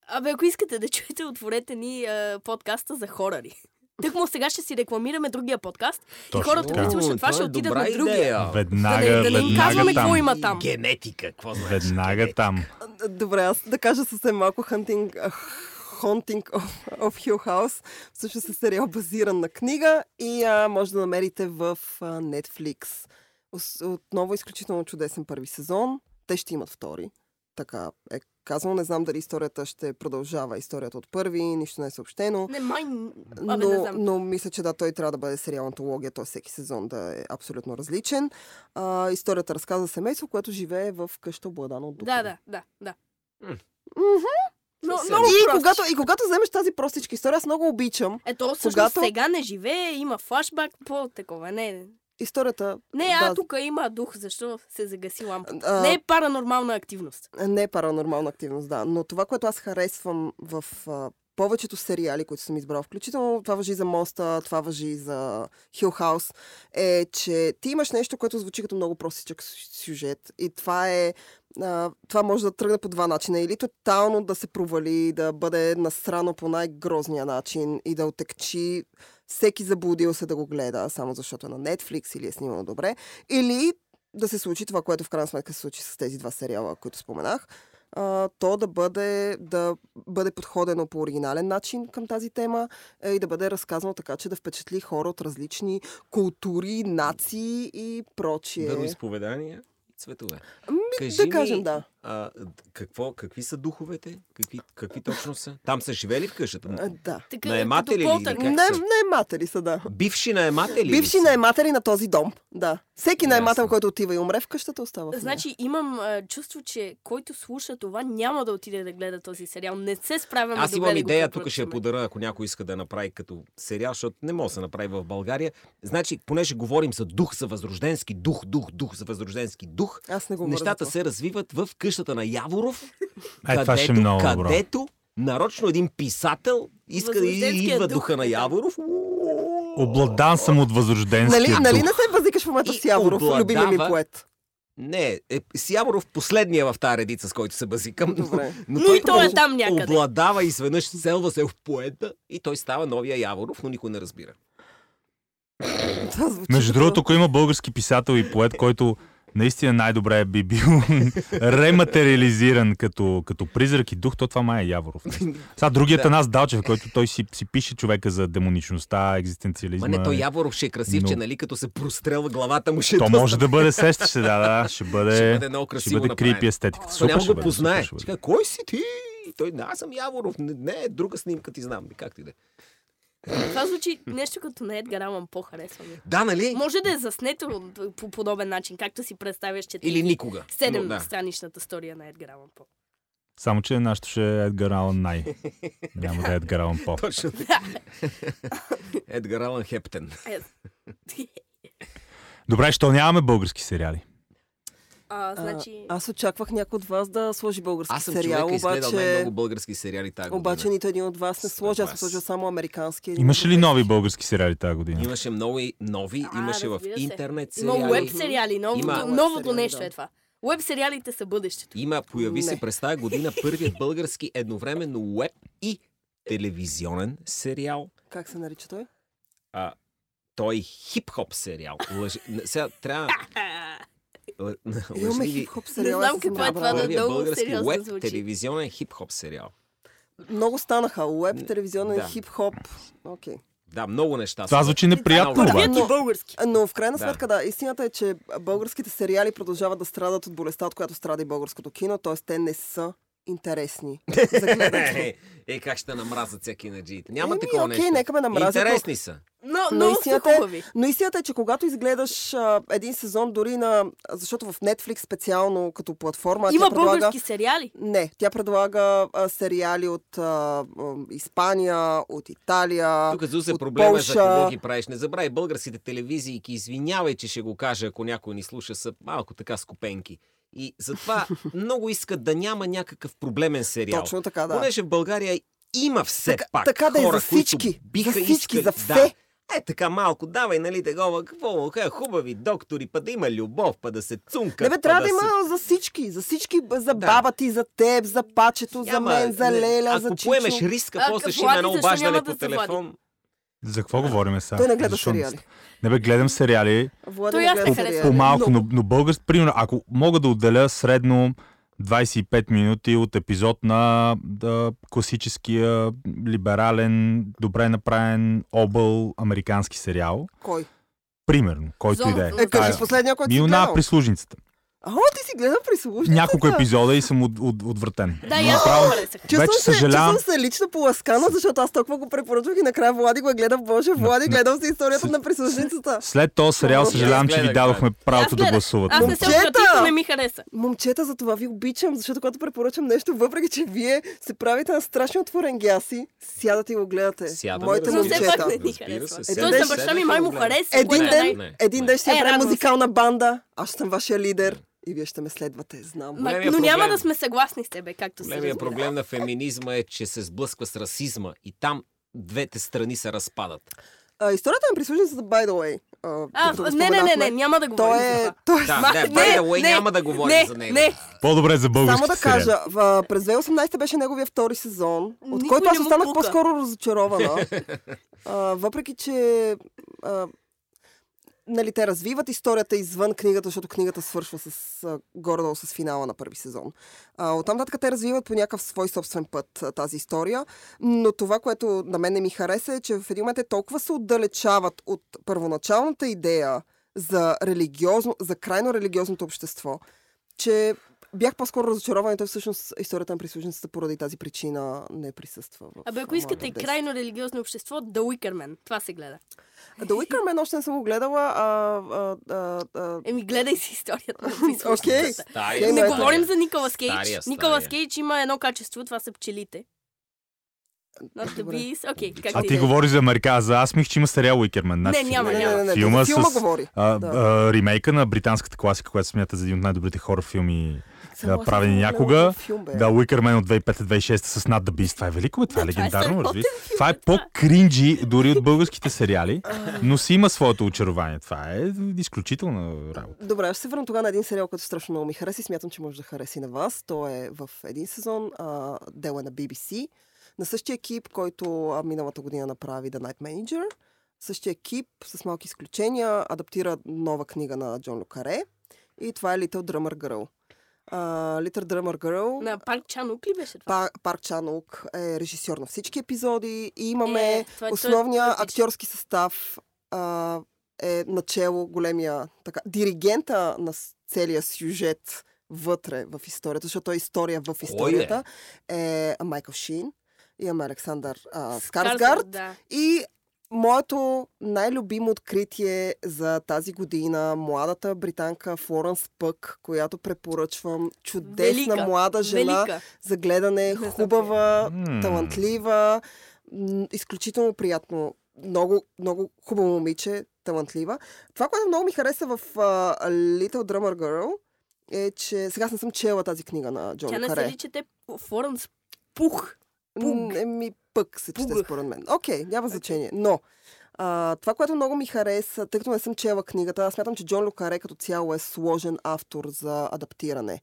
Speaker 2: Абе, ако искате да чуете, отворете ни а, подкаста за хорари. Тък му сега ще си рекламираме другия подкаст.
Speaker 4: Точно
Speaker 2: хората,
Speaker 4: така.
Speaker 2: които слушат това,
Speaker 3: О,
Speaker 2: ще
Speaker 3: това е
Speaker 2: отидат
Speaker 3: добра
Speaker 2: на другия.
Speaker 3: идея.
Speaker 4: Веднага,
Speaker 2: да не, да не им
Speaker 4: веднага
Speaker 2: казваме какво
Speaker 4: там.
Speaker 2: има там.
Speaker 3: Генетика, какво значи?
Speaker 4: Веднага там.
Speaker 1: А, Добре, аз да кажа съвсем малко Hunting, а, Haunting of, of Hill House. Всъщност е сериал базиран на книга и а, може да намерите в а, Netflix. Ос- Отново изключително чудесен първи сезон. Те ще имат втори. Така е казано. Не знам дали историята ще продължава историята от първи. Нищо не е съобщено.
Speaker 2: Не, май...
Speaker 1: Но,
Speaker 2: Абе, не знам.
Speaker 1: но мисля, че да, той трябва да бъде сериал антология, т.е. всеки сезон да е абсолютно различен. А, историята разказва семейство, което живее в къща обладана от дух.
Speaker 2: Да, да, да, да.
Speaker 3: М.
Speaker 2: Но,
Speaker 3: Съвсем.
Speaker 2: много
Speaker 1: И
Speaker 2: просто.
Speaker 1: когато, и когато вземеш тази простичка история, аз много обичам
Speaker 2: Ето, всъщност
Speaker 1: когато-
Speaker 2: сега не живее, има флашбак, по-такова. Не,
Speaker 1: историята.
Speaker 2: не а
Speaker 1: да,
Speaker 2: тук има дух, защо се загаси лампа.
Speaker 1: а,
Speaker 2: Не е паранормална активност.
Speaker 1: не е паранормална активност, да. Но това, което аз харесвам в а, повечето сериали, които съм избрал, включително това въжи за Моста, това въжи за Хил Хаус, е, че ти имаш нещо, което звучи като много простичък сю- сюжет. И това е а, това може да тръгне по два начина. Или тотално да се провали, да бъде насрано по най-грозния начин и да отекчи всеки забудил се да го гледа, само защото е на Netflix или е снимано добре. Или да се случи това, което в крайна сметка се случи с тези два сериала, които споменах. А, то да бъде, да бъде подходено по оригинален начин към тази тема е, и да бъде разказано така, че да впечатли хора от различни култури, нации и прочие.
Speaker 3: Вероисповедания и цветове.
Speaker 1: Е. Ами,
Speaker 3: Кажи
Speaker 1: да кажем,
Speaker 3: ми,
Speaker 1: да.
Speaker 3: А, д- какво, какви са духовете? Какви, какви точно са? Там са живели в
Speaker 1: А,
Speaker 3: къщата?
Speaker 1: да.
Speaker 2: Така, е,
Speaker 3: Наематели
Speaker 2: като
Speaker 3: ли ги
Speaker 2: полтърк.
Speaker 3: Как
Speaker 1: Не,
Speaker 3: са?
Speaker 1: наематели са, да.
Speaker 3: Бивши наематели? ли
Speaker 1: Бивши
Speaker 3: са?
Speaker 1: наематели на този дом, да. Всеки
Speaker 3: Ясно.
Speaker 1: наемател, който отива и умре в къщата, остава в нея.
Speaker 2: Значи имам а, чувство, че който слуша това няма да отиде да гледа този сериал. Не се справяме
Speaker 3: Аз
Speaker 2: добре
Speaker 3: имам
Speaker 2: да го
Speaker 3: идея, тук ще я
Speaker 2: препоръчаме.
Speaker 3: подаря, ако някой иска да направи като сериал, защото не може да се направи в България. Значи, понеже говорим за дух, за възрожденски дух, дух, дух, за възрожденски дух,
Speaker 1: Аз не говоря
Speaker 3: нещата
Speaker 1: за това.
Speaker 3: се развиват в къщата на Яворов,
Speaker 4: Е, това ще е много добро.
Speaker 3: където нарочно един писател иска да и-
Speaker 2: Възрожденския
Speaker 3: идва
Speaker 2: дух.
Speaker 3: духа на Яворов.
Speaker 4: Обладан съм от възрожденския
Speaker 1: Нали,
Speaker 4: дух.
Speaker 1: нали не се базикаш в момента
Speaker 3: И
Speaker 1: с Яворов,
Speaker 3: обладава-
Speaker 1: любими ми поет?
Speaker 3: Не, е, с Яворов последния в тази редица, с който се базикам. но-
Speaker 1: Добре.
Speaker 3: Но,
Speaker 2: Но и той е там някъде.
Speaker 3: Обладава изведнъж, селва се в поета и той става новия Яворов, но никой не разбира.
Speaker 1: Това звучи
Speaker 4: Между
Speaker 1: като-
Speaker 4: другото, ако има български писател и поет, който наистина най-добре би бил рематериализиран като, като призрак и дух, то това май е Яворов. Сега другият
Speaker 3: Да.
Speaker 4: е нас Далчев, който той си, си пише човека за демоничността, екзистенциализма.
Speaker 3: Ма не, той Яворов ще е красивче,
Speaker 4: но-
Speaker 3: нали? Като се прострелва главата му ще е
Speaker 4: То
Speaker 3: доста-
Speaker 4: може да бъде сещаш се, да, да, ще бъде,
Speaker 3: Ще бъде много
Speaker 4: ще
Speaker 3: красиво
Speaker 4: бъде
Speaker 3: направено.
Speaker 4: крипи естетика.
Speaker 3: Той
Speaker 4: Супер
Speaker 3: няма
Speaker 4: ще
Speaker 3: го
Speaker 4: бъде,
Speaker 3: познае.
Speaker 4: супер ще бъде.
Speaker 3: Чека, кой си ти? И Той, не, аз съм Яворов. Не, не, друга снимка ти знам. Как ти да е?
Speaker 2: Това звучи нещо като на Едгар Алан по харесва ми.
Speaker 3: Да, нали?
Speaker 2: Може да е заснето по подобен начин, както си представяш, че е
Speaker 3: Или никога.
Speaker 2: седем
Speaker 3: Но, да.
Speaker 2: страничната история на Едгар Алан По.
Speaker 4: Само, че нашето ще е Едгар Алан Най. Няма да е Едгар Алан По.
Speaker 3: Точно така. Едгар Алан Хептен.
Speaker 2: Е,
Speaker 4: Добре, що нямаме български сериали?
Speaker 2: а,
Speaker 1: А,
Speaker 2: значи...
Speaker 1: Аз очаквах някой от вас да сложи български
Speaker 3: Аз съм
Speaker 1: сериал,
Speaker 3: човека изгледал
Speaker 1: обаче...
Speaker 3: най-много български сериали тази година.
Speaker 1: Обаче нито един от вас не
Speaker 3: С-
Speaker 1: сложи, аз съм
Speaker 3: вас.
Speaker 1: сложил само американски.
Speaker 4: Имаше ли нови български сериали тази година?
Speaker 3: Имаше много и нови,
Speaker 2: А,
Speaker 3: имаше в
Speaker 2: разбира се.
Speaker 3: интернет
Speaker 2: Има
Speaker 3: сериали.
Speaker 2: уеб сериали, новото,
Speaker 3: Има
Speaker 1: уеб
Speaker 2: новото
Speaker 1: сериали,
Speaker 2: нещо
Speaker 1: да.
Speaker 2: е това. Уеб сериалите са бъдещето.
Speaker 3: Има, появи
Speaker 1: Не.
Speaker 3: се през тази година първият български едновременно уеб и телевизионен сериал.
Speaker 1: Как се нарича той?
Speaker 3: А, той е хип-хоп сериал. Лъж... Не, Сега трябва... л-
Speaker 1: Имаме
Speaker 3: лъжливи-
Speaker 1: хип-хоп сериал.
Speaker 2: Не
Speaker 1: аз
Speaker 2: знам
Speaker 1: не съм
Speaker 2: какво е това,
Speaker 1: разбрала.
Speaker 2: да-
Speaker 3: Първият
Speaker 2: много
Speaker 3: български
Speaker 2: сериозно
Speaker 3: уеб
Speaker 2: звучи.
Speaker 3: телевизионен хип-хоп сериал.
Speaker 1: Много станаха. Уеб,
Speaker 3: М,
Speaker 1: телевизионен,
Speaker 3: да.
Speaker 1: хип-хоп. Окей.
Speaker 3: Да, много неща.
Speaker 4: Това
Speaker 3: са.
Speaker 4: звучи неприятно
Speaker 3: Добре.
Speaker 4: обаче.
Speaker 2: Първият и български.
Speaker 1: Но в крайна
Speaker 3: Да.
Speaker 1: сметка, да. истината е, че българските сериали продължават да страдат от болестта, от която страда и българското кино, т.е. те не са интересни за гледането.
Speaker 3: Е, е, как ще намразят всеки енергиите. Няма
Speaker 1: Еми,
Speaker 3: такова
Speaker 1: окей,
Speaker 3: нещо.
Speaker 1: нека ме намразят,
Speaker 3: Интересни са.
Speaker 2: Но,
Speaker 1: Но
Speaker 2: много са
Speaker 1: истината е-
Speaker 2: хубави.
Speaker 1: Но истината е, че когато изгледаш а, един сезон дори на... Защото в Netflix специално като платформа...
Speaker 2: Има
Speaker 1: тя предлага...
Speaker 2: български сериали.
Speaker 1: Не, тя предлага а, сериали от а, м, Испания, от Италия.
Speaker 3: Тук Зуз е
Speaker 1: от
Speaker 3: проблема
Speaker 1: Полша.
Speaker 3: за кого ги правиш. Не забравяй българските телевизии, извинявай, че ще го кажа, ако някой ни слуша, са малко така скопенки. И затова много искат да няма някакъв проблемен сериал.
Speaker 1: Точно така, да.
Speaker 3: Понеже в България има все
Speaker 1: Така-
Speaker 3: пак
Speaker 1: така да е за
Speaker 3: хора,
Speaker 1: всички,
Speaker 3: които биха
Speaker 1: за всички,
Speaker 3: искали,
Speaker 1: за
Speaker 3: Да.
Speaker 1: все.
Speaker 3: Е, така малко, давай, нали, такова, какво му кажа, хубави доктори, па да има любов, па да се цунка.
Speaker 1: Не бе, трябва да има за всички. За всички. б- За
Speaker 3: Да.
Speaker 1: баба ти, за теб, за пачето, за мен, за Леля,
Speaker 3: Ако
Speaker 1: за Чичо.
Speaker 3: поемеш риска,
Speaker 2: А,
Speaker 3: после ще
Speaker 2: Влади,
Speaker 3: има едно
Speaker 2: защо
Speaker 3: обаждане
Speaker 2: няма
Speaker 3: по
Speaker 2: да се влади?
Speaker 3: телефон.
Speaker 4: За какво говорим сега?
Speaker 1: Той не гледа
Speaker 4: Защо
Speaker 1: сериали.
Speaker 4: Не бе, гледам сериали,
Speaker 1: Влади
Speaker 2: Той
Speaker 1: не
Speaker 2: аз
Speaker 1: гледа
Speaker 2: не
Speaker 1: сериали.
Speaker 2: харесвам.
Speaker 4: по-малко,
Speaker 1: Но-
Speaker 4: но, но български, примерно, ако мога да отделя средно 25 минути от епизод на да, класическия либерален, добре направен объл американски сериал,
Speaker 1: Кой?
Speaker 4: примерно, който и да е.
Speaker 2: Зона.
Speaker 1: Е,
Speaker 4: Тая-
Speaker 1: кажи последния, който си
Speaker 4: Милна
Speaker 1: гледал.
Speaker 4: прислужницата.
Speaker 1: А, о, ти си гледал прислужницата.
Speaker 4: Няколко епизода и съм от, от, отвратен.
Speaker 2: Да, и аз
Speaker 4: Направо-
Speaker 2: много харесах.
Speaker 4: Чу- Вече
Speaker 1: се,
Speaker 4: съжалявам.
Speaker 1: чувствам се лично поласкана, защото аз толкова го препоръчвах и накрая Влади го е гледал. Боже, Влади,
Speaker 4: Но- но-
Speaker 1: гледам си историята
Speaker 4: с-
Speaker 1: на прислужницата.
Speaker 4: След този сериал
Speaker 1: Много
Speaker 4: съжалявам, че ви
Speaker 3: разгледах,
Speaker 4: дадохме правото да
Speaker 2: гледах.
Speaker 4: гласувате.
Speaker 2: Аз не се
Speaker 1: Момчета!
Speaker 2: отвратих, не ми хареса.
Speaker 1: Момчета, за това ви обичам, защото когато препоръчам нещо, въпреки че вие се правите на страшно отворен гяси, сядате и го гледате.
Speaker 2: Е,
Speaker 3: Сядаме,
Speaker 1: Моите
Speaker 2: Но
Speaker 3: разбира се.
Speaker 2: все
Speaker 1: момчета.
Speaker 2: пак не ти
Speaker 3: Разбира се,
Speaker 2: харесва.
Speaker 3: седнеш,
Speaker 2: Тоест на баща
Speaker 3: седнеш
Speaker 2: Е, ми
Speaker 3: и
Speaker 2: май
Speaker 3: го
Speaker 2: му
Speaker 3: гледаш.
Speaker 2: хареса.
Speaker 1: Един
Speaker 2: което е най-
Speaker 1: ден,
Speaker 3: най-
Speaker 1: един ден ще
Speaker 2: Е,
Speaker 1: направим
Speaker 2: радвам се.
Speaker 1: музикална банда, аз ще съм вашия лидер и вие ще ме следвате, знам.
Speaker 2: Ма-
Speaker 3: Големия
Speaker 2: Но няма
Speaker 3: проблем.
Speaker 2: да сме съгласни с тебе, както си
Speaker 3: Големия
Speaker 2: разбира.
Speaker 3: проблем на феминизма е, че се сблъсква с расизма и там двете страни се разпадат.
Speaker 1: А, историята на прислужницата, by the way. А,
Speaker 2: А,
Speaker 1: като
Speaker 2: в- не, не, не, не,
Speaker 1: споменахме,
Speaker 2: няма да говорим
Speaker 1: То
Speaker 2: за
Speaker 1: е,
Speaker 2: това.
Speaker 1: то е
Speaker 3: Да,
Speaker 2: Ма,
Speaker 3: не,
Speaker 2: не,
Speaker 3: by the way,
Speaker 2: не,
Speaker 3: няма да говорим
Speaker 2: не,
Speaker 3: за него.
Speaker 2: не.
Speaker 4: По-добре за
Speaker 1: Само
Speaker 4: български
Speaker 1: да
Speaker 4: сериали.
Speaker 1: кажа, в, през 2018 беше неговия втори сезон, от
Speaker 2: Никой
Speaker 1: който
Speaker 2: не
Speaker 1: аз
Speaker 2: му
Speaker 1: останах
Speaker 2: пука.
Speaker 1: по-скоро разочарована. а, въпреки, че а, нали, те развиват историята извън книгата, защото книгата свършва с а, горе-долу с финала на първи сезон. А, оттам нататък те развиват по някакъв свой собствен път а, тази история. Но това, което на мен не ми хареса е, че в един момент те толкова се отдалечават от първоначалната идея за, религиозно, за крайно религиозното общество, че бях по-скоро разочарован и той всъщност историята на прислужницата поради тази причина не присъства. В
Speaker 2: Абе, ако
Speaker 1: моя
Speaker 2: искате
Speaker 1: топ 10.
Speaker 2: крайно религиозно общество, The Wicker Man. Това се гледа.
Speaker 1: The Wicker Man още не съм го гледала. А, а, а, а...
Speaker 2: Еми, гледай си историята. на
Speaker 1: Окей. Е,
Speaker 2: прислушницата.
Speaker 3: Стая,
Speaker 1: Не
Speaker 2: Не
Speaker 1: Стария.
Speaker 3: е.
Speaker 2: говорим за Николас Кейдж.
Speaker 3: Стария, стария.
Speaker 2: Николас Кейдж има едно качество, това са пчелите. Not the
Speaker 1: добре.
Speaker 2: bees. Окей,
Speaker 4: А
Speaker 2: как е?
Speaker 4: ти говори значи. за Америка, аз, аз мислих, че има сериал Уикермен.
Speaker 2: Не, няма,
Speaker 1: Не, не,
Speaker 2: няма.
Speaker 1: не, не.
Speaker 4: Е, Филма
Speaker 1: за филма
Speaker 4: с-
Speaker 1: говори.
Speaker 4: А,
Speaker 1: Да.
Speaker 4: а, ремейка на британската класика, която смята за един от най-добрите хора филми.
Speaker 1: Само аз не
Speaker 4: правени
Speaker 1: съм го гледала
Speaker 4: някога.
Speaker 1: този Филм, бе.
Speaker 4: Да, Уикермен от 2005-2006 с Над да Beast. Това е велико, бе, това е
Speaker 2: Да, това е
Speaker 4: легендарно.
Speaker 2: страхотен
Speaker 4: разбира се. Това е по-кринджи дори от българските сериали, но си има своето очарование. Това е изключителна работа.
Speaker 1: Добре, аз ще се върна тогава на един сериал, който страшно много ми хареса и смятам, че може да хареси на вас. Той е в един сезон, а, дел е на BBC, на същия екип, който а, миналата година направи The Night Manager. Същия екип, с малки изключения, адаптира нова книга на Джон Лукаре. И това е Little Drummer Girl. А, Little Drummer Girl...
Speaker 2: На Парк Чанук ли беше това?
Speaker 1: Пар, Парк Чанук е режисьор на всички епизоди и имаме
Speaker 2: Е, това е-
Speaker 1: основния
Speaker 2: това е- това е-
Speaker 1: актьорски състав а, е начало големия така, диригента на с- целия сюжет вътре в историята, защото той е история в историята, е? Майкъл Шин, имаме Александър а, Скарсгард
Speaker 2: Да.
Speaker 1: и моето най-любимо откритие за тази година, младата британка Флоренс Пък, която препоръчвам чудесна
Speaker 2: Велика,
Speaker 1: млада жена,
Speaker 2: Велика.
Speaker 1: за гледане,
Speaker 2: знам е.
Speaker 1: хубава,
Speaker 4: М.
Speaker 1: талантлива, м, изключително приятно. Много, много хубаво момиче, талантлива. Това, което много ми хареса в uh, Little Drummer Girl, е, че сега аз не съм чела тази книга на Джон
Speaker 2: Тя не се
Speaker 1: Каре.
Speaker 2: ли чете Форенс Пух? пук?
Speaker 1: Еми, пък се чете
Speaker 2: Пугах.
Speaker 1: според мен. Окей, няма значение. Но, а, това, което много ми хареса, тъй като не съм чела книгата, аз смятам, че Джон Лукаре като цяло е сложен автор за адаптиране.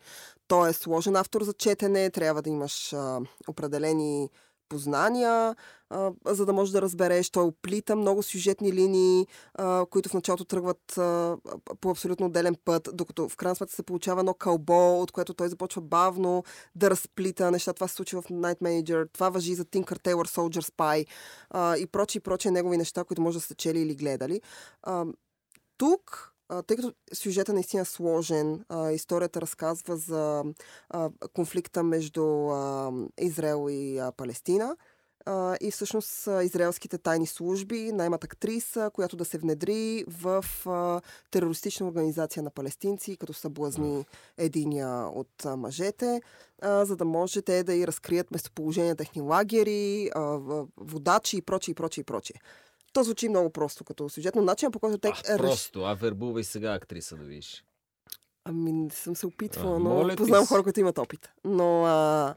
Speaker 1: Той е сложен автор за четене, трябва да имаш а, определени познания, а, за да можеш да разбереш. Той оплита много сюжетни линии, а, които в началото тръгват а, по абсолютно отделен път, докато в крайна сметка се получава едно кълбо, от което той започва бавно да разплита неща. Това се случи в Night Manager, това въжи за Tinker Tailor Soldier Spy а, и прочие, и прочие негови неща, които може да сте чели или гледали. А, тук, а, тъй като сюжета наистина е сложен, а, историята разказва за а, конфликта между а, Израел и а, Палестина, А, и всъщност а, израелските тайни служби наймат актриса, която да се внедри в а, терористична организация на палестинци, като съблазни единия от а, мъжете, а, за да може те да и разкрият местоположение на техни лагери, а, в- водачи и прочие, и прочие, и прочие. То звучи много просто като сюжет, но начинът по който те...
Speaker 3: А, просто, а вербувай сега актриса да видиш.
Speaker 1: Ами, не съм се опитвала,
Speaker 3: А,
Speaker 1: но
Speaker 3: моля ти
Speaker 1: познавам
Speaker 3: се.
Speaker 1: хора, които имат опит. Но а,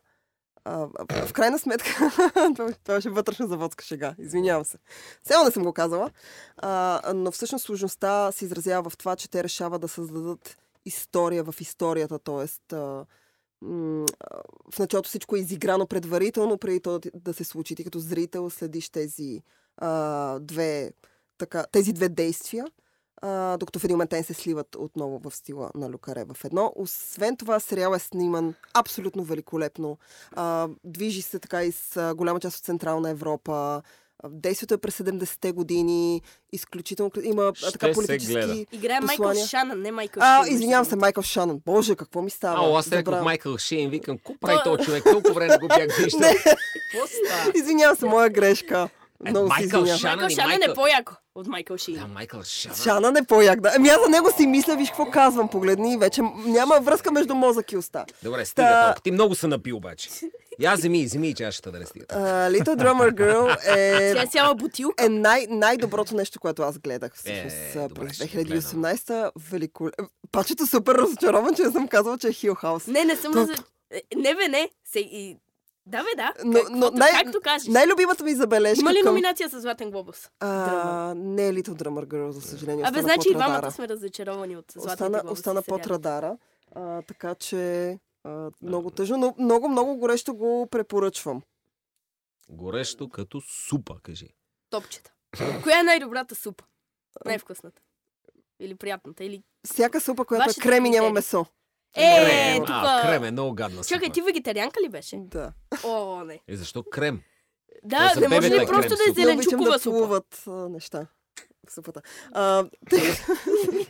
Speaker 1: а, а, в крайна сметка, това- това беше вътрешна заводска шега, извинявам се. Цяло не съм го казала, а, но всъщност сложността се изразява в това, че те решават да създадат история в историята, т.е. в началото всичко е изиграно предварително, преди то да ти- да се случи. Ти като зрител следиш тези, а, две, така, тези две действия а, докато в един момент те се сливат отново в стила на Люкаре в едно. Освен това, сериал е сниман абсолютно великолепно. А, движи се така и с а, голяма част от Централна Европа. А, Действието е през 70-те години. Изключително... кра- Има а,
Speaker 3: Ще
Speaker 1: така
Speaker 3: се
Speaker 1: политически...
Speaker 3: гледа.
Speaker 2: Играе Майкъл
Speaker 1: Послания.
Speaker 2: Шанан, не Майкъл
Speaker 1: А,
Speaker 2: Шин,
Speaker 1: извинявам
Speaker 2: между
Speaker 1: се, Майкъл Шанън. Боже, какво ми става?
Speaker 3: А, аз
Speaker 1: Забравям.
Speaker 3: рекох Майкъл Шейн, викам, ко прави
Speaker 2: Той-
Speaker 3: този човек, толкова време го бях виждал.
Speaker 1: Извинявам се, моя грешка.
Speaker 3: Е,
Speaker 1: Много се
Speaker 3: Майкъл
Speaker 2: другото.
Speaker 1: извинявам.
Speaker 3: Шанан
Speaker 2: Майкъл
Speaker 3: и
Speaker 2: Шанан е
Speaker 3: Майкъл...
Speaker 2: по-яко от Майкъл Шин.
Speaker 3: Да, Майкъл Шанан.
Speaker 1: Шанан е по-як. Да. Ами аз за него си мисля, виж какво казвам, погледни. Вече няма връзка между мозък и уста.
Speaker 3: Добре,
Speaker 1: Та-
Speaker 3: стига толкова. Ти много се напи обаче. Я земи, земи чашата да не стига.
Speaker 1: А, Little Drummer Girl е...
Speaker 2: Тя е цяла бутилка.
Speaker 1: е най- най-доброто нещо, което аз гледах всъщност
Speaker 3: Е,
Speaker 1: е,
Speaker 3: добре,
Speaker 1: през
Speaker 3: ще го гледам.
Speaker 1: 2018. Велико... е, Пачето супер разочарован, че не съм казала, че е Хил Хаус.
Speaker 2: Не, не съм...
Speaker 1: Топ.
Speaker 2: за- Е, Не, бе, не. Се, и... Да, бе, да.
Speaker 1: Но-
Speaker 2: Каквото-
Speaker 1: но най-
Speaker 2: Както кажеш.
Speaker 1: Най-любимата ми забележка
Speaker 2: Има ли
Speaker 1: към...
Speaker 2: номинация за Златен глобус?
Speaker 1: А, не е Little Drummer Girl, за съжаление.
Speaker 2: Абе,
Speaker 1: остана
Speaker 2: значи и
Speaker 1: под радара.
Speaker 2: двамата сме разочаровани от Златен
Speaker 1: Остана,
Speaker 2: глобус.
Speaker 1: остана под
Speaker 2: сериал.
Speaker 1: радара, а, така че а, много тъжно, но много, много горещо го препоръчвам.
Speaker 3: Горещо като супа, кажи.
Speaker 2: Топчета. Коя е най-добрата супа? Най-вкусната. Или приятната, или...
Speaker 1: Всяка супа, която е
Speaker 2: Вашите
Speaker 1: крем и няма
Speaker 2: критерии.
Speaker 1: месо.
Speaker 2: Е,
Speaker 3: крем.
Speaker 2: тук...
Speaker 3: А, крем е много гадна супа.
Speaker 2: Чакай, ти вегетарианка ли беше?
Speaker 1: Да.
Speaker 2: О, не.
Speaker 3: Е, защо крем?
Speaker 2: Да,
Speaker 3: за
Speaker 2: не може
Speaker 3: бебета
Speaker 2: ли
Speaker 3: е
Speaker 2: просто
Speaker 3: крем
Speaker 2: да е
Speaker 3: супа.
Speaker 1: Не обичам
Speaker 2: зеленчукова
Speaker 1: да
Speaker 2: супа?
Speaker 1: плуват а, неща. в Супата. А, тъй-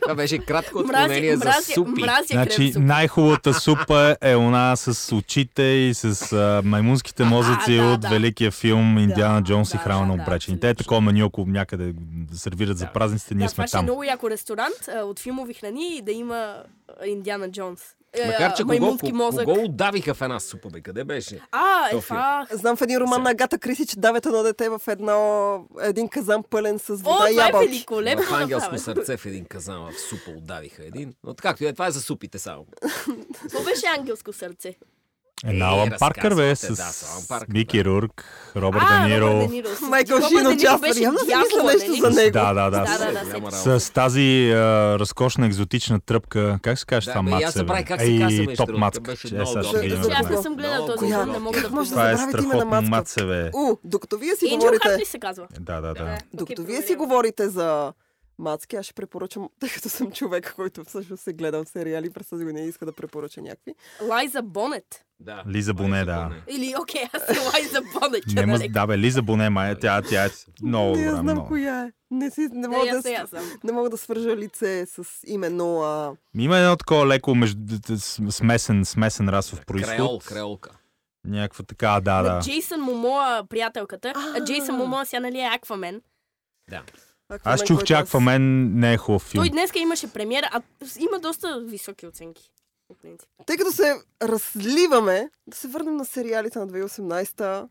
Speaker 3: Това беше кратко
Speaker 2: Мразя,
Speaker 3: отклонение за
Speaker 2: мразя,
Speaker 3: супи.
Speaker 2: мразя крем
Speaker 4: Значи
Speaker 2: супа.
Speaker 4: най-хубавата супа е она с очите и с а, маймунските мозъци
Speaker 2: да,
Speaker 4: от
Speaker 2: да.
Speaker 4: великия филм Индиана Джонс и
Speaker 2: да,
Speaker 4: храна на
Speaker 2: да,
Speaker 4: обречените. Те е
Speaker 2: абсолютно.
Speaker 4: такова меню, ако някъде сервират за
Speaker 3: Да.
Speaker 4: празниците, ние
Speaker 2: Да,
Speaker 4: сме
Speaker 2: това ще е
Speaker 4: там.
Speaker 2: много яко ресторант а, от филмови храни и да има а, Индиана Джонс. Е,
Speaker 3: Макар, че
Speaker 2: а,
Speaker 3: кого,
Speaker 2: маймунски
Speaker 3: кого,
Speaker 2: мозък.
Speaker 3: кого удавиха в една супа, бе? Къде беше?
Speaker 2: А, е
Speaker 3: Тофи.
Speaker 2: това...
Speaker 1: Знам в един роман на Агата Криси, че давят едно дете в едно, един казан пълен с
Speaker 2: О,
Speaker 1: вода и
Speaker 2: това е
Speaker 1: ябълки.
Speaker 2: великолепно
Speaker 3: в ангелско
Speaker 2: направено.
Speaker 3: сърце в един казан в супа удавиха един. Но както и да е, това е за супите само.
Speaker 2: Какво беше ангелско сърце?
Speaker 4: Една
Speaker 3: Е,
Speaker 4: Алан Паркър, бе,
Speaker 3: разказвате,
Speaker 4: с
Speaker 3: да, с Алан Паркър,
Speaker 4: Мики Рурк, Робърт
Speaker 2: а,
Speaker 4: Де Ниро,
Speaker 2: Робърт Де Ниро.
Speaker 1: Майкъл
Speaker 2: Робърт
Speaker 1: Шин
Speaker 2: Де Ниро
Speaker 1: участва.
Speaker 2: беше
Speaker 1: Явно си мисля
Speaker 2: дявола,
Speaker 1: нещо
Speaker 2: нали?
Speaker 1: за него.
Speaker 4: Да, да, да.
Speaker 2: Да, да, да,
Speaker 3: Голяма работа.
Speaker 4: с тази а, разкошна екзотична тръпка, как се каже
Speaker 3: Да,
Speaker 4: това
Speaker 3: бе, и аз
Speaker 4: маце,
Speaker 3: забравих
Speaker 4: бе?
Speaker 3: как се казва,
Speaker 4: Ей,
Speaker 3: между
Speaker 4: топ
Speaker 3: другото,
Speaker 4: мацка,
Speaker 3: беше
Speaker 4: че е
Speaker 3: много
Speaker 4: сега
Speaker 3: добра
Speaker 4: ще видим.
Speaker 1: идея.
Speaker 2: Че аз не
Speaker 4: това.
Speaker 2: съм гледала
Speaker 3: Много
Speaker 2: този
Speaker 1: коя?
Speaker 2: филм, не мога да
Speaker 1: Как може да
Speaker 2: помня.
Speaker 4: Това е
Speaker 1: Забравяте име на
Speaker 4: страхотно
Speaker 1: мацка.
Speaker 4: маце, бе.
Speaker 1: У, докато вие си
Speaker 2: Angel Heart
Speaker 1: говорите,
Speaker 2: ли се казва?
Speaker 4: Да, да, да.
Speaker 1: докато
Speaker 2: Окей,
Speaker 1: вие си
Speaker 2: проверявам.
Speaker 1: говорите за мацки, аз ще препоръчам, тъй като съм човек, който всъщност е гледал сериали през тази година и иска да препоръча някакъв.
Speaker 2: Лайза Бонет.
Speaker 3: Да.
Speaker 4: Лиза Боне, да.
Speaker 2: Или, окей, аз съм Лайза Бонет. че нали?
Speaker 4: Нема,
Speaker 2: да река.
Speaker 4: да, бе, Лиза Боне, май, тя, тя е много
Speaker 1: не я
Speaker 4: добра,
Speaker 1: знам
Speaker 4: много.
Speaker 1: коя е. Не, си, не,
Speaker 2: Да,
Speaker 1: мога
Speaker 2: и
Speaker 1: да,
Speaker 2: аз, и
Speaker 1: с-
Speaker 2: аз съм.
Speaker 1: не мога да свържа лице с именно... А...
Speaker 4: Ми Има едно такова леко между, с- смесен, смесен расов происход.
Speaker 3: Креол, креолка.
Speaker 4: Някаква така, да,
Speaker 2: На
Speaker 4: да.
Speaker 2: Джейсън Момоа, приятелката. А
Speaker 1: А.
Speaker 2: Джейсън Момоа сега нали е Аквамен.
Speaker 3: Да.
Speaker 1: Аквамен,
Speaker 4: Аз чух,
Speaker 1: който
Speaker 4: че Аква мен не е хубав филм.
Speaker 2: Той днес имаше премиера, а има доста високи оценки. по принцип.
Speaker 1: Тъй като се разливаме, да се върнем на сериалите на 2018-та.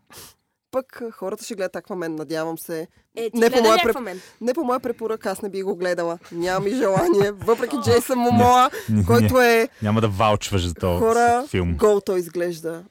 Speaker 1: Пък а, хората ще гледат Аквамен, надявам се.
Speaker 2: Е, ти
Speaker 1: Не по
Speaker 2: гледа
Speaker 1: моя
Speaker 2: ли
Speaker 1: преп-
Speaker 2: Аквамен?
Speaker 1: Не по моя препоръка, аз не би го гледала. Нямам и желание. Въпреки Джейсън Момоа,
Speaker 4: Не, не,
Speaker 1: който е
Speaker 4: няма да ваучваш за този
Speaker 1: хора,
Speaker 4: филм.
Speaker 1: гол той изглежда.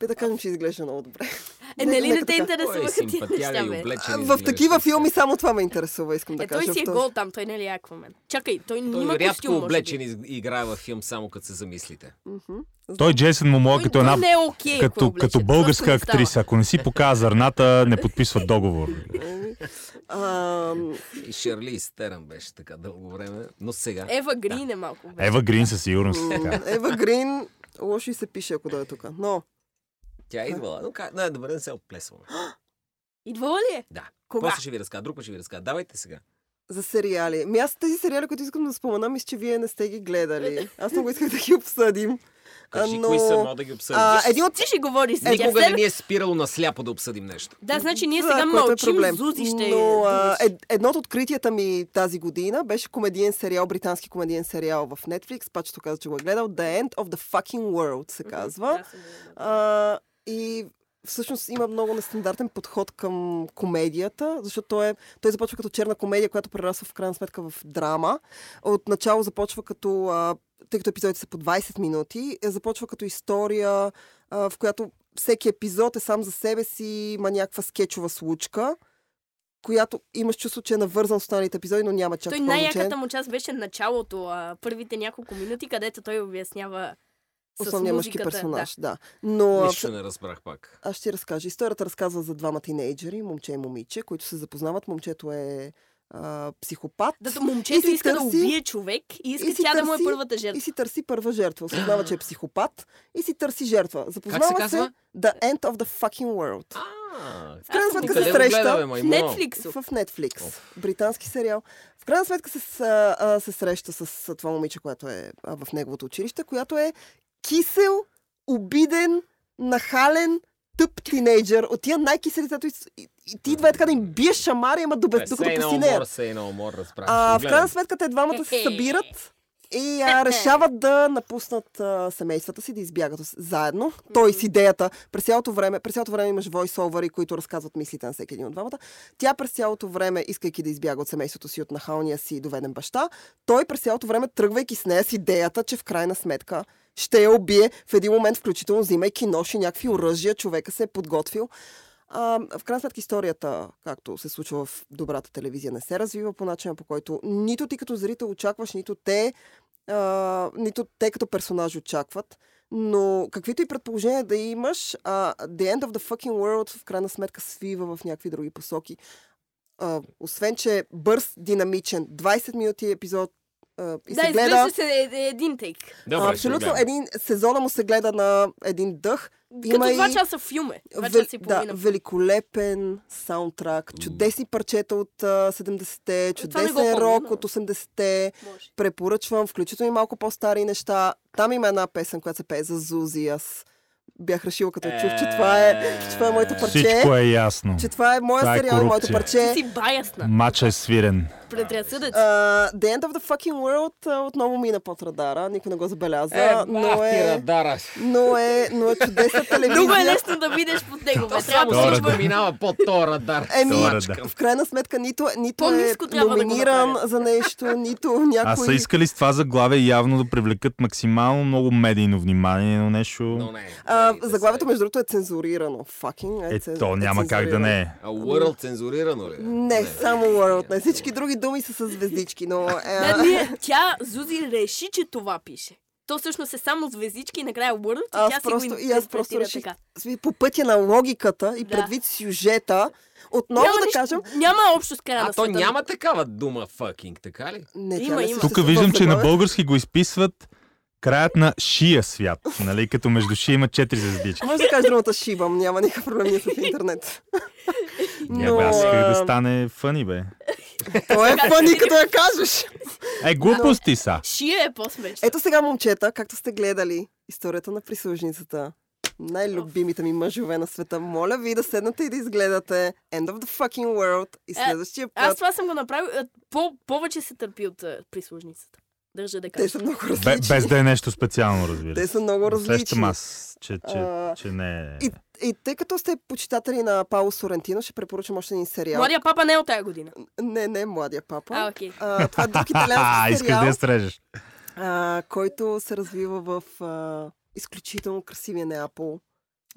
Speaker 1: Бе да кажем, че изглежда много добре.
Speaker 2: Е,
Speaker 1: Нека-
Speaker 2: нали не
Speaker 1: нека
Speaker 2: те
Speaker 1: така.
Speaker 3: Той е
Speaker 2: интересуваха тия
Speaker 3: симпатяга
Speaker 2: неща,
Speaker 3: и
Speaker 2: бе?
Speaker 1: А,
Speaker 3: облечен.
Speaker 1: В такива филми само това ме интересува, искам да
Speaker 2: Е, той
Speaker 1: кажа.
Speaker 2: си е
Speaker 1: в този-
Speaker 2: гол там, той нали е Аквамен. Чакай, той
Speaker 3: Той
Speaker 2: няма
Speaker 3: е рядко
Speaker 2: костюм, може
Speaker 3: облечен
Speaker 2: би.
Speaker 3: из- играе във филм, само като се замислите.
Speaker 1: Мгм.
Speaker 4: Той Джейсън Момоа
Speaker 2: Той
Speaker 4: като една
Speaker 2: не е окей, ако е
Speaker 4: като,
Speaker 2: облечен.
Speaker 4: като
Speaker 2: Просто
Speaker 4: българска
Speaker 2: не става.
Speaker 4: актриса. Ако не си показа зърната, не подписва договор.
Speaker 1: Еми, ам,
Speaker 3: И Шарли Стерън беше така дълго време, но сега.
Speaker 2: Ева Грин е малко. бе.
Speaker 4: Ева Грин със сигурност. е
Speaker 1: м,
Speaker 4: Така.
Speaker 1: Ева Грин, лошо и се пише, ако дойде тук. Но,
Speaker 3: Тя е идвала. Но ка... не, добре, не се отплесваме.
Speaker 2: Идвала ли е?
Speaker 3: Да.
Speaker 2: Кога?
Speaker 3: После ще ви разкажа, друг път ще ви разкажа. Давайте сега.
Speaker 1: за сериали. Ми аз тези сериали, които искам да споменам, мисля, че вие не сте ги гледали. Аз много исках да ги обсъдим.
Speaker 3: Кажи,
Speaker 1: но-
Speaker 3: кои са, мога да ги обсъдим.
Speaker 1: А, един от
Speaker 2: Ти ще говориш за тях.
Speaker 3: Никога не
Speaker 2: Себе-
Speaker 3: ни е спирало на сляпо да обсъдим нещо.
Speaker 2: Да, значи ние
Speaker 1: Това,
Speaker 2: сега
Speaker 1: което е
Speaker 2: мълчим,
Speaker 1: проблем.
Speaker 2: Зузи ще...
Speaker 1: Но а,
Speaker 2: е...
Speaker 1: ед, едно от откритията ми тази година беше комедиен сериал, британски комедиен сериал в Netflix. Пачето каза, че го е гледал. The End of the Fucking World се казва. А, и всъщност има много нестандартен подход към комедията, защото той, е, той започва като черна комедия, която прерасва в крайна сметка в драма. Отначало започва като, а, тъй като епизодите са по 20 минути, е, започва като история, а, в която всеки епизод е сам за себе си, има някаква скетчова случка, която имаш чувство, че е навързан с останалите епизоди, но няма чак
Speaker 2: Той
Speaker 1: пълноценен.
Speaker 2: най-яката му част беше началото, а, първите няколко минути, където той обяснява с
Speaker 1: основния мъжки
Speaker 2: музиката,
Speaker 1: персонаж. Да. Но а,
Speaker 3: Нищо не разбрах пак.
Speaker 1: Аз ще ти разкажа. Историята разказва за двама тинейджери, момче и момиче, които се запознават. Момчето е а, психопат.
Speaker 2: Да. Да, момчето
Speaker 1: си
Speaker 2: иска да
Speaker 1: търси-
Speaker 2: убие човек и иска
Speaker 1: и си
Speaker 2: тя да му е
Speaker 1: търси-
Speaker 2: първата жертва.
Speaker 1: И си търси първа жертва. Осъзнава, че е психопат и си търси жертва. Запознава
Speaker 3: казва?
Speaker 1: The End of the Fucking World.
Speaker 3: А,
Speaker 1: В крайна
Speaker 2: Аз съм
Speaker 1: сметка
Speaker 2: го
Speaker 1: се
Speaker 3: къде го гледаме,
Speaker 1: среща.
Speaker 3: маймуно?
Speaker 2: Netflix.
Speaker 1: В Netflix. Британски сериал. В крайна сметка се, с- а, а, се среща с а, това момиче, което е а, в неговото училище, която е кисел, обиден, нахален, тъп тинейджър. От тия най-кисели, дето из- и, и ти идва е така да им биеш шамари, ама до без,
Speaker 3: Е,
Speaker 1: докато
Speaker 3: сей на умор,
Speaker 1: посинеят.
Speaker 3: сей на умор, разбрах.
Speaker 1: А, в
Speaker 3: Гледам.
Speaker 1: крайна сметка те двамата се събират и а, решават да напуснат а, семействата си, да избягат ос- заедно. Той с идеята. През цялото време, през цялото време имаш войсовъри, които разказват мислите на всеки един от двамата. Тя през цялото време, искайки да избяга от семейството си, от нахалния си доведен баща, той през цялото време, тръгвайки с нея с идеята, че в крайна сметка ще я убие. В един момент, включително взимайки ноши някакви оръжия, човека се е подготвил. А, в крайна сметка историята, както се случва в добрата телевизия, не се развива по начина, по който нито ти като зрител очакваш, нито те, а, нито те като персонажи очакват. Но каквито и предположения да имаш, а, The End of the Fucking World в крайна сметка свива в някакви други посоки. А, освен, че е бърз, динамичен, 20 минути епизод а, и
Speaker 2: да,
Speaker 1: се гледа...
Speaker 2: изглежда се е- е- един тейк.
Speaker 3: Добре, ще
Speaker 1: абсолютно,
Speaker 3: гледам.
Speaker 1: един, сезона му се гледа на един дъх. Има
Speaker 2: Като два
Speaker 1: и-
Speaker 2: часа филм е. Два
Speaker 1: Вел-
Speaker 2: часа и
Speaker 1: да,
Speaker 2: половина.
Speaker 1: великолепен саундтрак, чудесни парчета от а, 70-те,
Speaker 2: Това не го
Speaker 1: чудесен
Speaker 2: помня,
Speaker 1: рок
Speaker 2: но-
Speaker 1: от 80-те.
Speaker 2: Може.
Speaker 1: Препоръчвам, включително и малко по-стари неща. Там има една песен, която се пее за Зузи. Аз бях решила като чух, че това е, че това е моето парче.
Speaker 4: Всичко е ясно.
Speaker 1: Че това е моят
Speaker 4: Това е
Speaker 1: сериал и моето
Speaker 4: корупция.
Speaker 2: Ти
Speaker 1: парче.
Speaker 2: си баясна.
Speaker 4: Мача е свирен.
Speaker 2: Предразсъдъци.
Speaker 1: Uh, The End of the Fucking World а, отново мина под радара. Никой не го забеляза.
Speaker 3: Е,
Speaker 1: но, е,
Speaker 3: Радара.
Speaker 1: но, е, но е чудесна телевизия.
Speaker 2: Много е лесно да видиш под него.
Speaker 3: То
Speaker 2: бе.
Speaker 3: само
Speaker 2: Трябва
Speaker 4: Добре,
Speaker 2: да
Speaker 3: всичко
Speaker 4: да.
Speaker 3: минава под то радар.
Speaker 1: Еми,
Speaker 4: Добре,
Speaker 3: Мачкам.
Speaker 1: в крайна сметка нито, нито е
Speaker 2: По-ниско трябва да го
Speaker 1: номиниран
Speaker 2: направят.
Speaker 1: за нещо, нито някой...
Speaker 4: А са искали с това заглавие явно да привлекат максимално много медийно внимание, но
Speaker 3: Но
Speaker 4: нещо...
Speaker 3: не.
Speaker 1: А,
Speaker 3: Медиите
Speaker 1: заглавието,
Speaker 3: са-
Speaker 1: между другото, е цензурирано. Fucking е,
Speaker 4: Е,
Speaker 1: цен-
Speaker 4: то няма как да
Speaker 1: цензурирано.
Speaker 4: не е.
Speaker 3: А World цензурирано ли? е?
Speaker 1: Не, само World. Не. Всички други думи са с звездички, но... Е,
Speaker 2: Да, ние, тя, Зузи, реши, че това пише. То всъщност е само звездички и накрая Word, и тя
Speaker 1: аз
Speaker 2: си
Speaker 1: просто,
Speaker 2: го
Speaker 1: и аз просто
Speaker 2: интерпретира
Speaker 1: реших
Speaker 2: така.
Speaker 1: сви- по пътя на логиката и
Speaker 2: Да.
Speaker 1: предвид сюжета, отново
Speaker 2: няма
Speaker 1: да
Speaker 2: нищо-
Speaker 1: кажем...
Speaker 2: Няма общо с края
Speaker 3: А
Speaker 2: на
Speaker 3: то
Speaker 2: света.
Speaker 3: няма такава дума fucking, така ли?
Speaker 1: Не, тя
Speaker 2: Има,
Speaker 1: не
Speaker 2: има.
Speaker 1: съществува
Speaker 4: Тук
Speaker 1: в
Speaker 4: виждам, че на
Speaker 1: заглавието.
Speaker 4: български го изписват краят на шия свят, нали? Като между шия има четири звездички.
Speaker 1: Може да кажеш думата шибам, няма никакъв проблем ние сме в интернет.
Speaker 4: Не, Е, бе, аз исках да
Speaker 1: а,
Speaker 4: стане фъни, бе.
Speaker 1: То е фъни, като я кажеш.
Speaker 4: Е, глупости са.
Speaker 2: Шия е по-смешно.
Speaker 1: Ето сега, момчета, както сте гледали историята на прислужницата, най-любимите ми мъжове на света, моля ви да седнете и да изгледате End of the fucking world и
Speaker 2: Е,
Speaker 1: следващия път.
Speaker 2: Аз това съм го направил. а, По, повече се търпи от а, прислужницата. Държа да
Speaker 1: Те
Speaker 2: кажа.
Speaker 1: са много
Speaker 4: Бе,
Speaker 1: различни.
Speaker 4: без да е нещо специално, разбира
Speaker 1: Те
Speaker 4: се.
Speaker 1: са много
Speaker 4: Усещам
Speaker 1: различни.
Speaker 4: аз, че, че,
Speaker 1: А,
Speaker 4: че не е...
Speaker 1: И, и тъй като сте почитатели на Пауло Сорентино, ще препоръчам още един сериал.
Speaker 2: Младия папа не е от тази година.
Speaker 1: Не, не, младия папа.
Speaker 2: А, окей.
Speaker 1: А, това е друг
Speaker 4: А,
Speaker 1: италиански
Speaker 4: искаш да
Speaker 1: сериал,
Speaker 4: я стрежеш.
Speaker 1: а, който се развива в а, изключително красивия Неапол.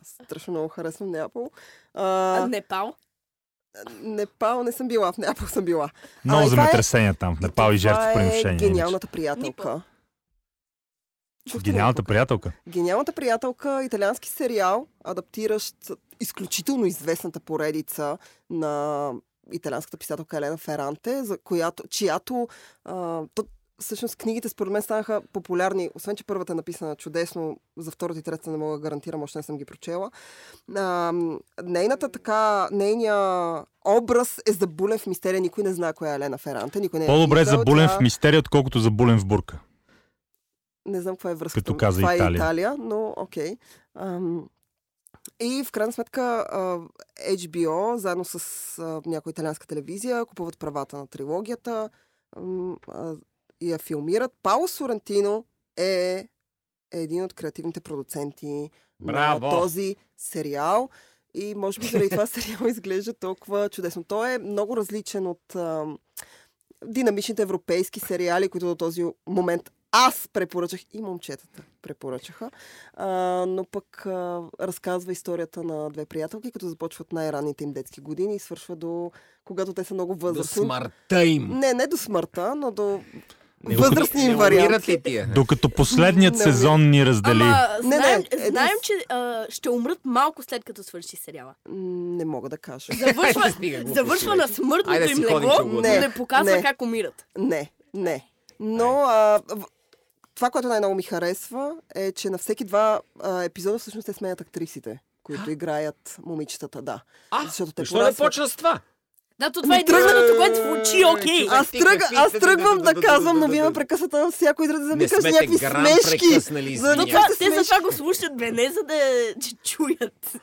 Speaker 1: Аз страшно много харесвам Неапол.
Speaker 2: А,
Speaker 1: А,
Speaker 2: Непал.
Speaker 1: Непал не съм била, в Неапол съм била.
Speaker 4: Много
Speaker 1: и това е-
Speaker 4: земетресения там в Непал и жертвоприношения.
Speaker 1: Това е
Speaker 4: иначе.
Speaker 1: гениалната приятелка. Чухте ли
Speaker 4: Гениалната
Speaker 1: го?
Speaker 4: приятелка.
Speaker 1: гениалната приятелка, италиански сериал, адаптиращ изключително известната поредица на италианската писателка Елена Феранте, за която, чиято а, то, всъщност книгите според мен станаха популярни, освен че първата е написана чудесно, за втората и третата не мога да гарантирам, още не съм ги прочела. А, м, нейната така, нейния образ е забулен в мистерия, никой не знае коя е Елена Феранте, никой не е
Speaker 4: По-добре
Speaker 1: виждал,
Speaker 4: забулен
Speaker 1: тя-
Speaker 4: в мистерия, отколкото забулен в бурка.
Speaker 1: Не знам каква е връзката.
Speaker 4: Като каза
Speaker 1: това е
Speaker 4: Италия.
Speaker 1: Италия, но окей. Ам, И в крайна сметка а, HBO, заедно с а, някоя италианска телевизия, купуват правата на трилогията ам, а, и я филмират. Пауло Сорантино е, е един от креативните продуценти
Speaker 3: Браво!
Speaker 1: на този сериал. И може би заради това сериал изглежда толкова чудесно. Той е много различен от ам, динамичните европейски сериали, които до този момент аз препоръчах и момчетата препоръчаха. А, но пък а, разказва историята на две приятелки, като започват най-ранните им детски години и свършва до когато те са много
Speaker 3: До
Speaker 1: възрастни.
Speaker 3: смъртта им.
Speaker 1: Не, не до смъртта, но до
Speaker 3: Не
Speaker 1: възрастни им
Speaker 3: умират
Speaker 1: варианти.
Speaker 3: ли тия?
Speaker 4: Докато последният
Speaker 1: Е. Не,
Speaker 4: сезон ни раздели.
Speaker 2: Ама,
Speaker 1: Не, не,
Speaker 2: знаем,
Speaker 1: един-
Speaker 2: знаем, че а, ще умрат малко след като свърши сериала.
Speaker 1: М, Не мога да кажа.
Speaker 2: Завършва,
Speaker 3: Е, стига глупости,
Speaker 2: завършва
Speaker 3: бе.
Speaker 2: на смъртното
Speaker 3: Айде да
Speaker 2: им
Speaker 3: си ходим,
Speaker 2: легло,
Speaker 3: че
Speaker 2: но
Speaker 3: го
Speaker 1: Не,
Speaker 2: не показва
Speaker 1: не.
Speaker 2: как умират.
Speaker 1: Не, не. Но а, в- това, което най-много ми харесва, е, че на всеки два а, епизода всъщност те сменят актрисите, които играят момичетата, да.
Speaker 3: А,
Speaker 1: Защото те
Speaker 3: защо не
Speaker 1: порасват.
Speaker 3: почна с това?
Speaker 2: Да, то това е
Speaker 1: Ми тръгна-
Speaker 2: единственото, което звучи окей.
Speaker 1: Аз,
Speaker 3: Ти
Speaker 1: тръг,
Speaker 3: какви-
Speaker 1: аз тръгвам да казвам, но вие ме
Speaker 3: Не
Speaker 1: прекъсвате на всяко израз да ми
Speaker 3: сме
Speaker 1: кажете
Speaker 3: те
Speaker 1: някакви
Speaker 3: грам
Speaker 1: смешки.
Speaker 3: прекъснали,
Speaker 1: За-
Speaker 2: Но
Speaker 1: Ние-
Speaker 3: извинявай.
Speaker 2: това,
Speaker 1: Как се
Speaker 2: те за
Speaker 1: смееш?
Speaker 2: това го слушат, бе, не за да че чуят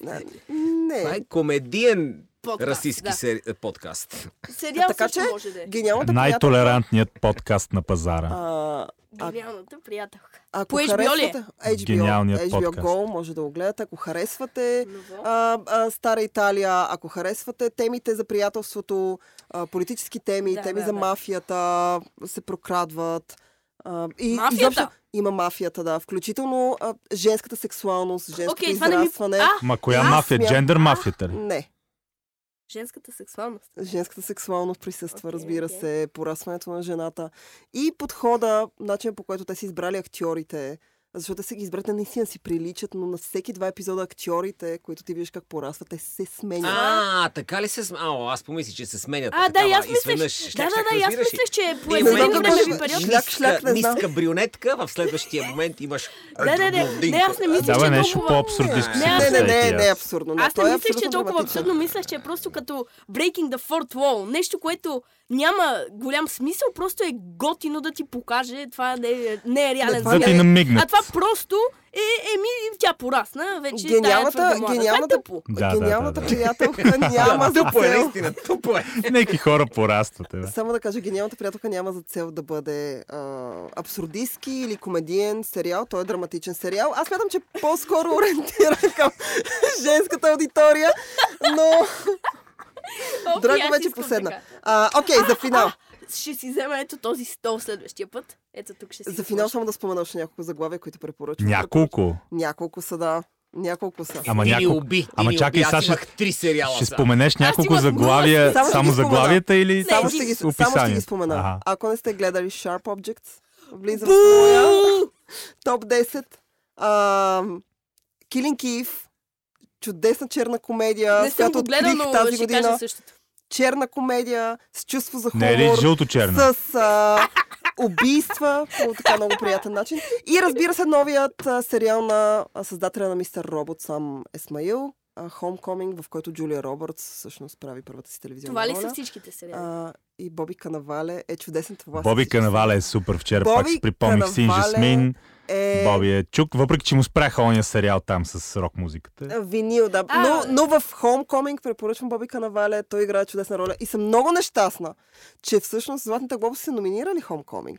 Speaker 3: Това е
Speaker 1: Не.
Speaker 3: комедиен
Speaker 2: подкаст.
Speaker 3: расистски
Speaker 2: да.
Speaker 3: сери... е, подкаст.
Speaker 2: Сериал
Speaker 1: Така
Speaker 2: също
Speaker 1: че-
Speaker 2: може да е.
Speaker 1: Гениалната приятелка.
Speaker 4: Най-толерантният подкаст на пазара.
Speaker 1: А, а-
Speaker 2: Гениалната приятелка.
Speaker 1: ако
Speaker 2: По HBO ли
Speaker 1: харесвате... HBO,
Speaker 4: Гениалният
Speaker 1: HBO
Speaker 4: подкаст.
Speaker 1: Go може да го гледате. Ако харесвате
Speaker 2: Ново.
Speaker 1: а, а, Стара Италия, ако харесвате темите за приятелството, а, политически теми,
Speaker 2: Да,
Speaker 1: да, теми
Speaker 2: да,
Speaker 1: да, за
Speaker 2: да.
Speaker 1: мафията, се прокрадват. А, и,
Speaker 2: Мафията?
Speaker 1: изобщо има мафията, да. Включително а, женската сексуалност, женското
Speaker 2: Окей, това не ми...
Speaker 1: израстване.
Speaker 2: А,
Speaker 4: Ма коя
Speaker 1: аз
Speaker 4: мафия?
Speaker 1: смятам-
Speaker 4: Джендър мафията ли?
Speaker 1: Не.
Speaker 2: женската сексуалност.
Speaker 1: Женската сексуалност присъства, okay,
Speaker 2: Окей,
Speaker 1: разбира
Speaker 2: окей.
Speaker 1: okay. се, порасването на жената. И подхода, начин по който те са избрали актьорите, защото те са ги избрали, те наистина си приличат, но на всеки два епизода актьорите, които ти виждаш как порастват, те се сменят.
Speaker 3: А, така ли се... см- Ао, аз помислих, че се сменят.
Speaker 2: А, да,
Speaker 3: такава,
Speaker 2: и аз
Speaker 3: изведнъж,
Speaker 2: мислех. Да,
Speaker 3: шляк,
Speaker 2: да,
Speaker 3: шляк,
Speaker 2: да, и аз
Speaker 3: разбираш ли?
Speaker 2: мислех, че е по
Speaker 3: Ти
Speaker 2: един
Speaker 1: не знам какво
Speaker 2: времеви
Speaker 1: ще-
Speaker 2: период.
Speaker 1: Шляк, шляк, не знам.
Speaker 3: ниска брюнетка, в следващия момент имаш...
Speaker 2: Да, да, не, не, аз не мисля, че
Speaker 4: Давай
Speaker 2: е
Speaker 4: нещо
Speaker 2: толкова...
Speaker 4: по-абсурдистко си
Speaker 2: Не, аз-
Speaker 1: Не, не, не,
Speaker 4: представете
Speaker 1: не е
Speaker 4: и аз.
Speaker 1: абсурдно. Не,
Speaker 2: Аз
Speaker 1: той
Speaker 2: не
Speaker 1: е
Speaker 2: мислех, че е толкова
Speaker 1: драматичен.
Speaker 2: абсурдно. Мислех, че е просто като Breaking the Fourth Wall. Нещо, което няма голям смисъл, просто е готино да ти покаже. Това не е, не е реален
Speaker 1: това
Speaker 4: За да ти
Speaker 2: свят. А
Speaker 4: намигнат.
Speaker 2: това просто е, еми, тя порасна, вече
Speaker 1: Гениалната-
Speaker 2: тая е твърде млада. Това
Speaker 1: гениалната-
Speaker 2: е тъпо.
Speaker 4: Да, да, да,
Speaker 1: гениалната
Speaker 4: да.
Speaker 1: приятелка няма за
Speaker 3: Тупо е,
Speaker 1: цел.
Speaker 3: наистина, тупо е.
Speaker 4: Неки хора порастват. е, бе.
Speaker 1: Само да кажа, гениалната приятелка няма за цел да бъде а, абсурдистски или комедиен сериал. Той е драматичен сериал. Аз смятам, че по-скоро ориентира към женската аудитория, но
Speaker 2: Окей,
Speaker 1: Драго
Speaker 2: аз
Speaker 1: вече
Speaker 2: искам
Speaker 1: поседна.
Speaker 2: така.
Speaker 1: А, окей, за финал.
Speaker 2: Ще си взема ето този стол следващия път. Ето тук ще си
Speaker 1: За финал
Speaker 2: сложа.
Speaker 1: само да спомена още няколко заглавия, които препоръчвам.
Speaker 4: Няколко.
Speaker 1: Няколко са, да. Няколко са.
Speaker 4: Ама
Speaker 3: или
Speaker 4: няколко.
Speaker 3: уби.
Speaker 4: Ама
Speaker 3: или
Speaker 4: чакай,
Speaker 3: уби. Аз
Speaker 4: Саша,
Speaker 3: имах три сериала.
Speaker 4: Ще
Speaker 3: само.
Speaker 4: споменеш няколко
Speaker 2: имах
Speaker 4: заглавия,
Speaker 2: нула.
Speaker 1: Само
Speaker 4: само,
Speaker 1: ще ги спомена.
Speaker 4: заглавията или
Speaker 2: Не,
Speaker 1: Само
Speaker 2: ти-
Speaker 1: ще ги, само ще ги
Speaker 4: описанието?
Speaker 1: спомена.
Speaker 4: Ага.
Speaker 1: Ако не сте гледали Sharp Objects, влизам в моя
Speaker 2: Бу!
Speaker 1: топ 10. А, Killing Eve, чудесна черна комедия,
Speaker 2: Не
Speaker 1: с
Speaker 2: съм
Speaker 1: която
Speaker 2: го гледал,
Speaker 1: открих
Speaker 2: но
Speaker 1: тази
Speaker 2: ще
Speaker 1: година.
Speaker 2: кажа същото.
Speaker 1: Черна комедия, с чувство за
Speaker 4: Не е ли
Speaker 1: хумор,
Speaker 4: жълто черно?
Speaker 1: с а, убийства по така много приятен начин. И разбира се, новият а, сериал на а, създателя на Мистер Робот, сам Есмаил, а, Homecoming, в който Джулия Робъртс всъщност прави първата си телевизионна
Speaker 2: Това ли
Speaker 1: роля.
Speaker 2: са всичките сериали?
Speaker 1: е А, и Боби Канавале е чудесен това.
Speaker 4: Боби
Speaker 1: всички са.
Speaker 4: Канавале е супер. Вчера пак
Speaker 1: Боби
Speaker 4: си припомних син
Speaker 1: Канавале
Speaker 4: Жасмин.
Speaker 1: Е...
Speaker 4: Боби е чук, въпреки че му спряха ония сериал там с рок музиката.
Speaker 1: Винил, да.
Speaker 2: А.
Speaker 1: Но, но в Homecoming препоръчвам Боби Канавале. Той играе чудесна роля. И съм много нещастна, че всъщност Златните глобуси са номинирали Homecoming.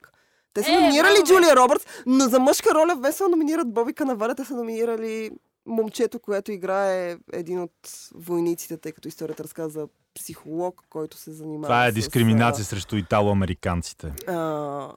Speaker 1: Те са
Speaker 2: Е,
Speaker 1: номинирали
Speaker 2: браво, бе.
Speaker 1: Джулия Робъртс, но за мъжка роля вместо да номинират Боби Канавале, те са номинирали момчето, което играе един от войниците, тъй като историята разказва за психолог, който се занимава
Speaker 4: Това е
Speaker 1: с,
Speaker 4: дискриминация срещу италоамериканците.
Speaker 1: а,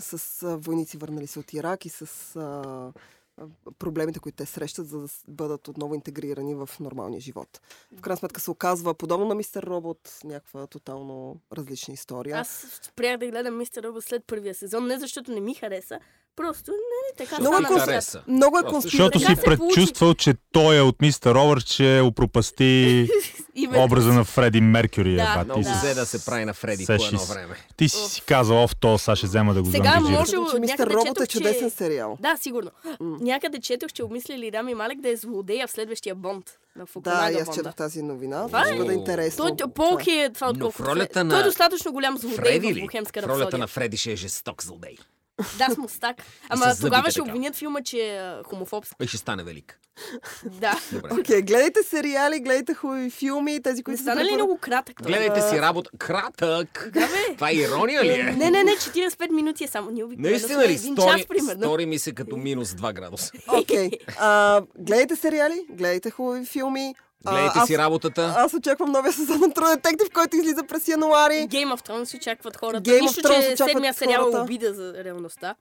Speaker 1: с а, войници върнали се от Ирак и с а, а, проблемите, които те срещат, за да с- бъдат отново интегрирани в нормалния живот. В крайна сметка се оказва, подобно на мистер Робот, някаква тотално различна история.
Speaker 2: Аз спрях да гледам Мистер Робот след първия сезон, не защото не ми хареса, просто не, не така
Speaker 1: Много
Speaker 2: стана.
Speaker 1: е
Speaker 3: Много
Speaker 1: конс-
Speaker 2: нещата.
Speaker 3: хареса.
Speaker 1: Много е
Speaker 3: Просто
Speaker 4: Защото
Speaker 1: конспиративно.
Speaker 4: си
Speaker 2: Така се получи.
Speaker 4: предчувствал, че той е от мистер Ровър, че опропасти
Speaker 2: Именно.
Speaker 4: образа на Фреди Меркюри.
Speaker 2: Да,
Speaker 4: еба.
Speaker 3: Много
Speaker 4: Ти си-
Speaker 3: взе да се прави на Фреди по
Speaker 4: Сеши
Speaker 3: едно
Speaker 4: с-
Speaker 3: време.
Speaker 4: Ти си си казал, ов, то сега ще взема да го
Speaker 2: Сега
Speaker 4: заангажира.
Speaker 2: може-
Speaker 1: Мисля, че Мистер
Speaker 2: някъде
Speaker 1: Робот е
Speaker 2: четох, че-
Speaker 1: чудесен сериал.
Speaker 2: Да, сигурно.
Speaker 1: М.
Speaker 2: Някъде четох, че обмислили Рами Малек да е злодея в следващия Бонд. На
Speaker 1: Да,
Speaker 2: Фукунага
Speaker 1: и аз
Speaker 2: Бонда.
Speaker 1: четох тази новина.
Speaker 2: Това
Speaker 1: Това
Speaker 2: е-
Speaker 1: ще бъде
Speaker 3: О.
Speaker 1: интересно.
Speaker 2: Той е по-окей е това,
Speaker 3: Но
Speaker 2: отколкото...
Speaker 3: в ролята
Speaker 2: Фред.
Speaker 3: на
Speaker 2: Той е достатъчно голям злодей
Speaker 3: Фреди
Speaker 2: в
Speaker 3: ли?
Speaker 2: Бухемска
Speaker 3: В ролята
Speaker 2: рапсодия.
Speaker 3: на Фреди ще е жесток злодей.
Speaker 2: Да, с мустак. Ама
Speaker 3: зъбите
Speaker 2: тогава ще
Speaker 3: така.
Speaker 2: обвинят филма, че е хомофобски.
Speaker 3: И ще стане велик.
Speaker 2: Да.
Speaker 3: Добре.
Speaker 1: Окей, okay, гледайте сериали, гледайте хубави филми, тези,
Speaker 2: Не
Speaker 1: които
Speaker 2: стана ли
Speaker 1: препоръчват.
Speaker 2: много кратък? той?
Speaker 3: Гледайте си работа. Кратък!
Speaker 2: Да, бе.
Speaker 3: Това е ирония ли
Speaker 1: Нали?
Speaker 3: е?
Speaker 2: Не, не, не, 45 минути е само. Ние обикновено
Speaker 3: Наистина
Speaker 2: сме
Speaker 3: ли?
Speaker 2: Един
Speaker 3: Стори,
Speaker 2: час, примерно.
Speaker 3: стори ми се като минус 2 градуса.
Speaker 1: Окей. Okay. Гледайте сериали, гледайте хубави филми. А,
Speaker 3: Гледайте
Speaker 1: аз-
Speaker 3: си работата.
Speaker 1: Аз очаквам новия сезон на True Detective, който излиза през януари.
Speaker 2: Game of Thrones очакват хората.
Speaker 1: Game of
Speaker 2: Нищо,
Speaker 1: Thrones
Speaker 2: че
Speaker 1: очакват
Speaker 2: седмия сериал
Speaker 1: хората.
Speaker 2: е обида за реалността.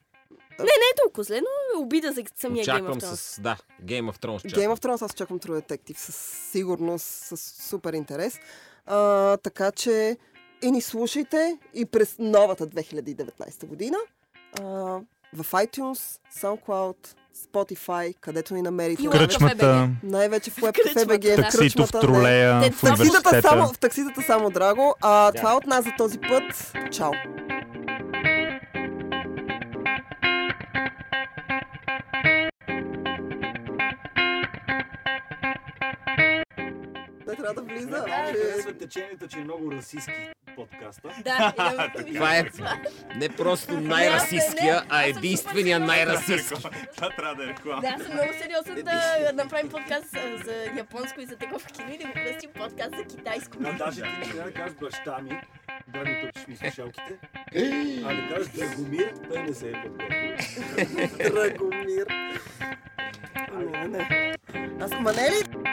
Speaker 2: Не, не е толкова зле, но е обида за самия Game
Speaker 3: Очаквам
Speaker 2: of Thrones.
Speaker 3: с... Да, Game of Thrones.
Speaker 1: Game
Speaker 3: чакам.
Speaker 1: of Thrones аз очаквам True Detective със сигурност, с супер интерес. А, така че и ни слушайте и през новата 2019 година а, в iTunes, SoundCloud, Spotify, където ни намерите.
Speaker 2: И Лайв
Speaker 4: Кръчмата,
Speaker 1: Най-вече в
Speaker 2: кръчмата.
Speaker 1: WebCFBG, в
Speaker 4: таксито в
Speaker 1: кръчмата. не.
Speaker 4: тролея,
Speaker 2: Те-
Speaker 4: в
Speaker 1: В такситата, само,
Speaker 4: университета.
Speaker 1: в такситата само, драго. А, това е от нас за този път. Чао! Не трябва да влиза. че-
Speaker 5: течението, че е много расистски подкаста.
Speaker 2: Да, и да-
Speaker 3: Това е не просто най-расисткия, а единствения най-расистски.
Speaker 5: Това трябва да е реклама.
Speaker 2: Да, аз съм много сериозен да направим подкаст а, за японско и за такова кино и да го кръстим подкаст за китайско.
Speaker 5: Но даже ти не трябва да кажеш баща ми, да ми тъпиш ми слушалките,
Speaker 1: Е!
Speaker 5: а не кажеш Драгомир, той не се е подготвил.
Speaker 1: Драгомир. Не, не. Аз, ма не е ли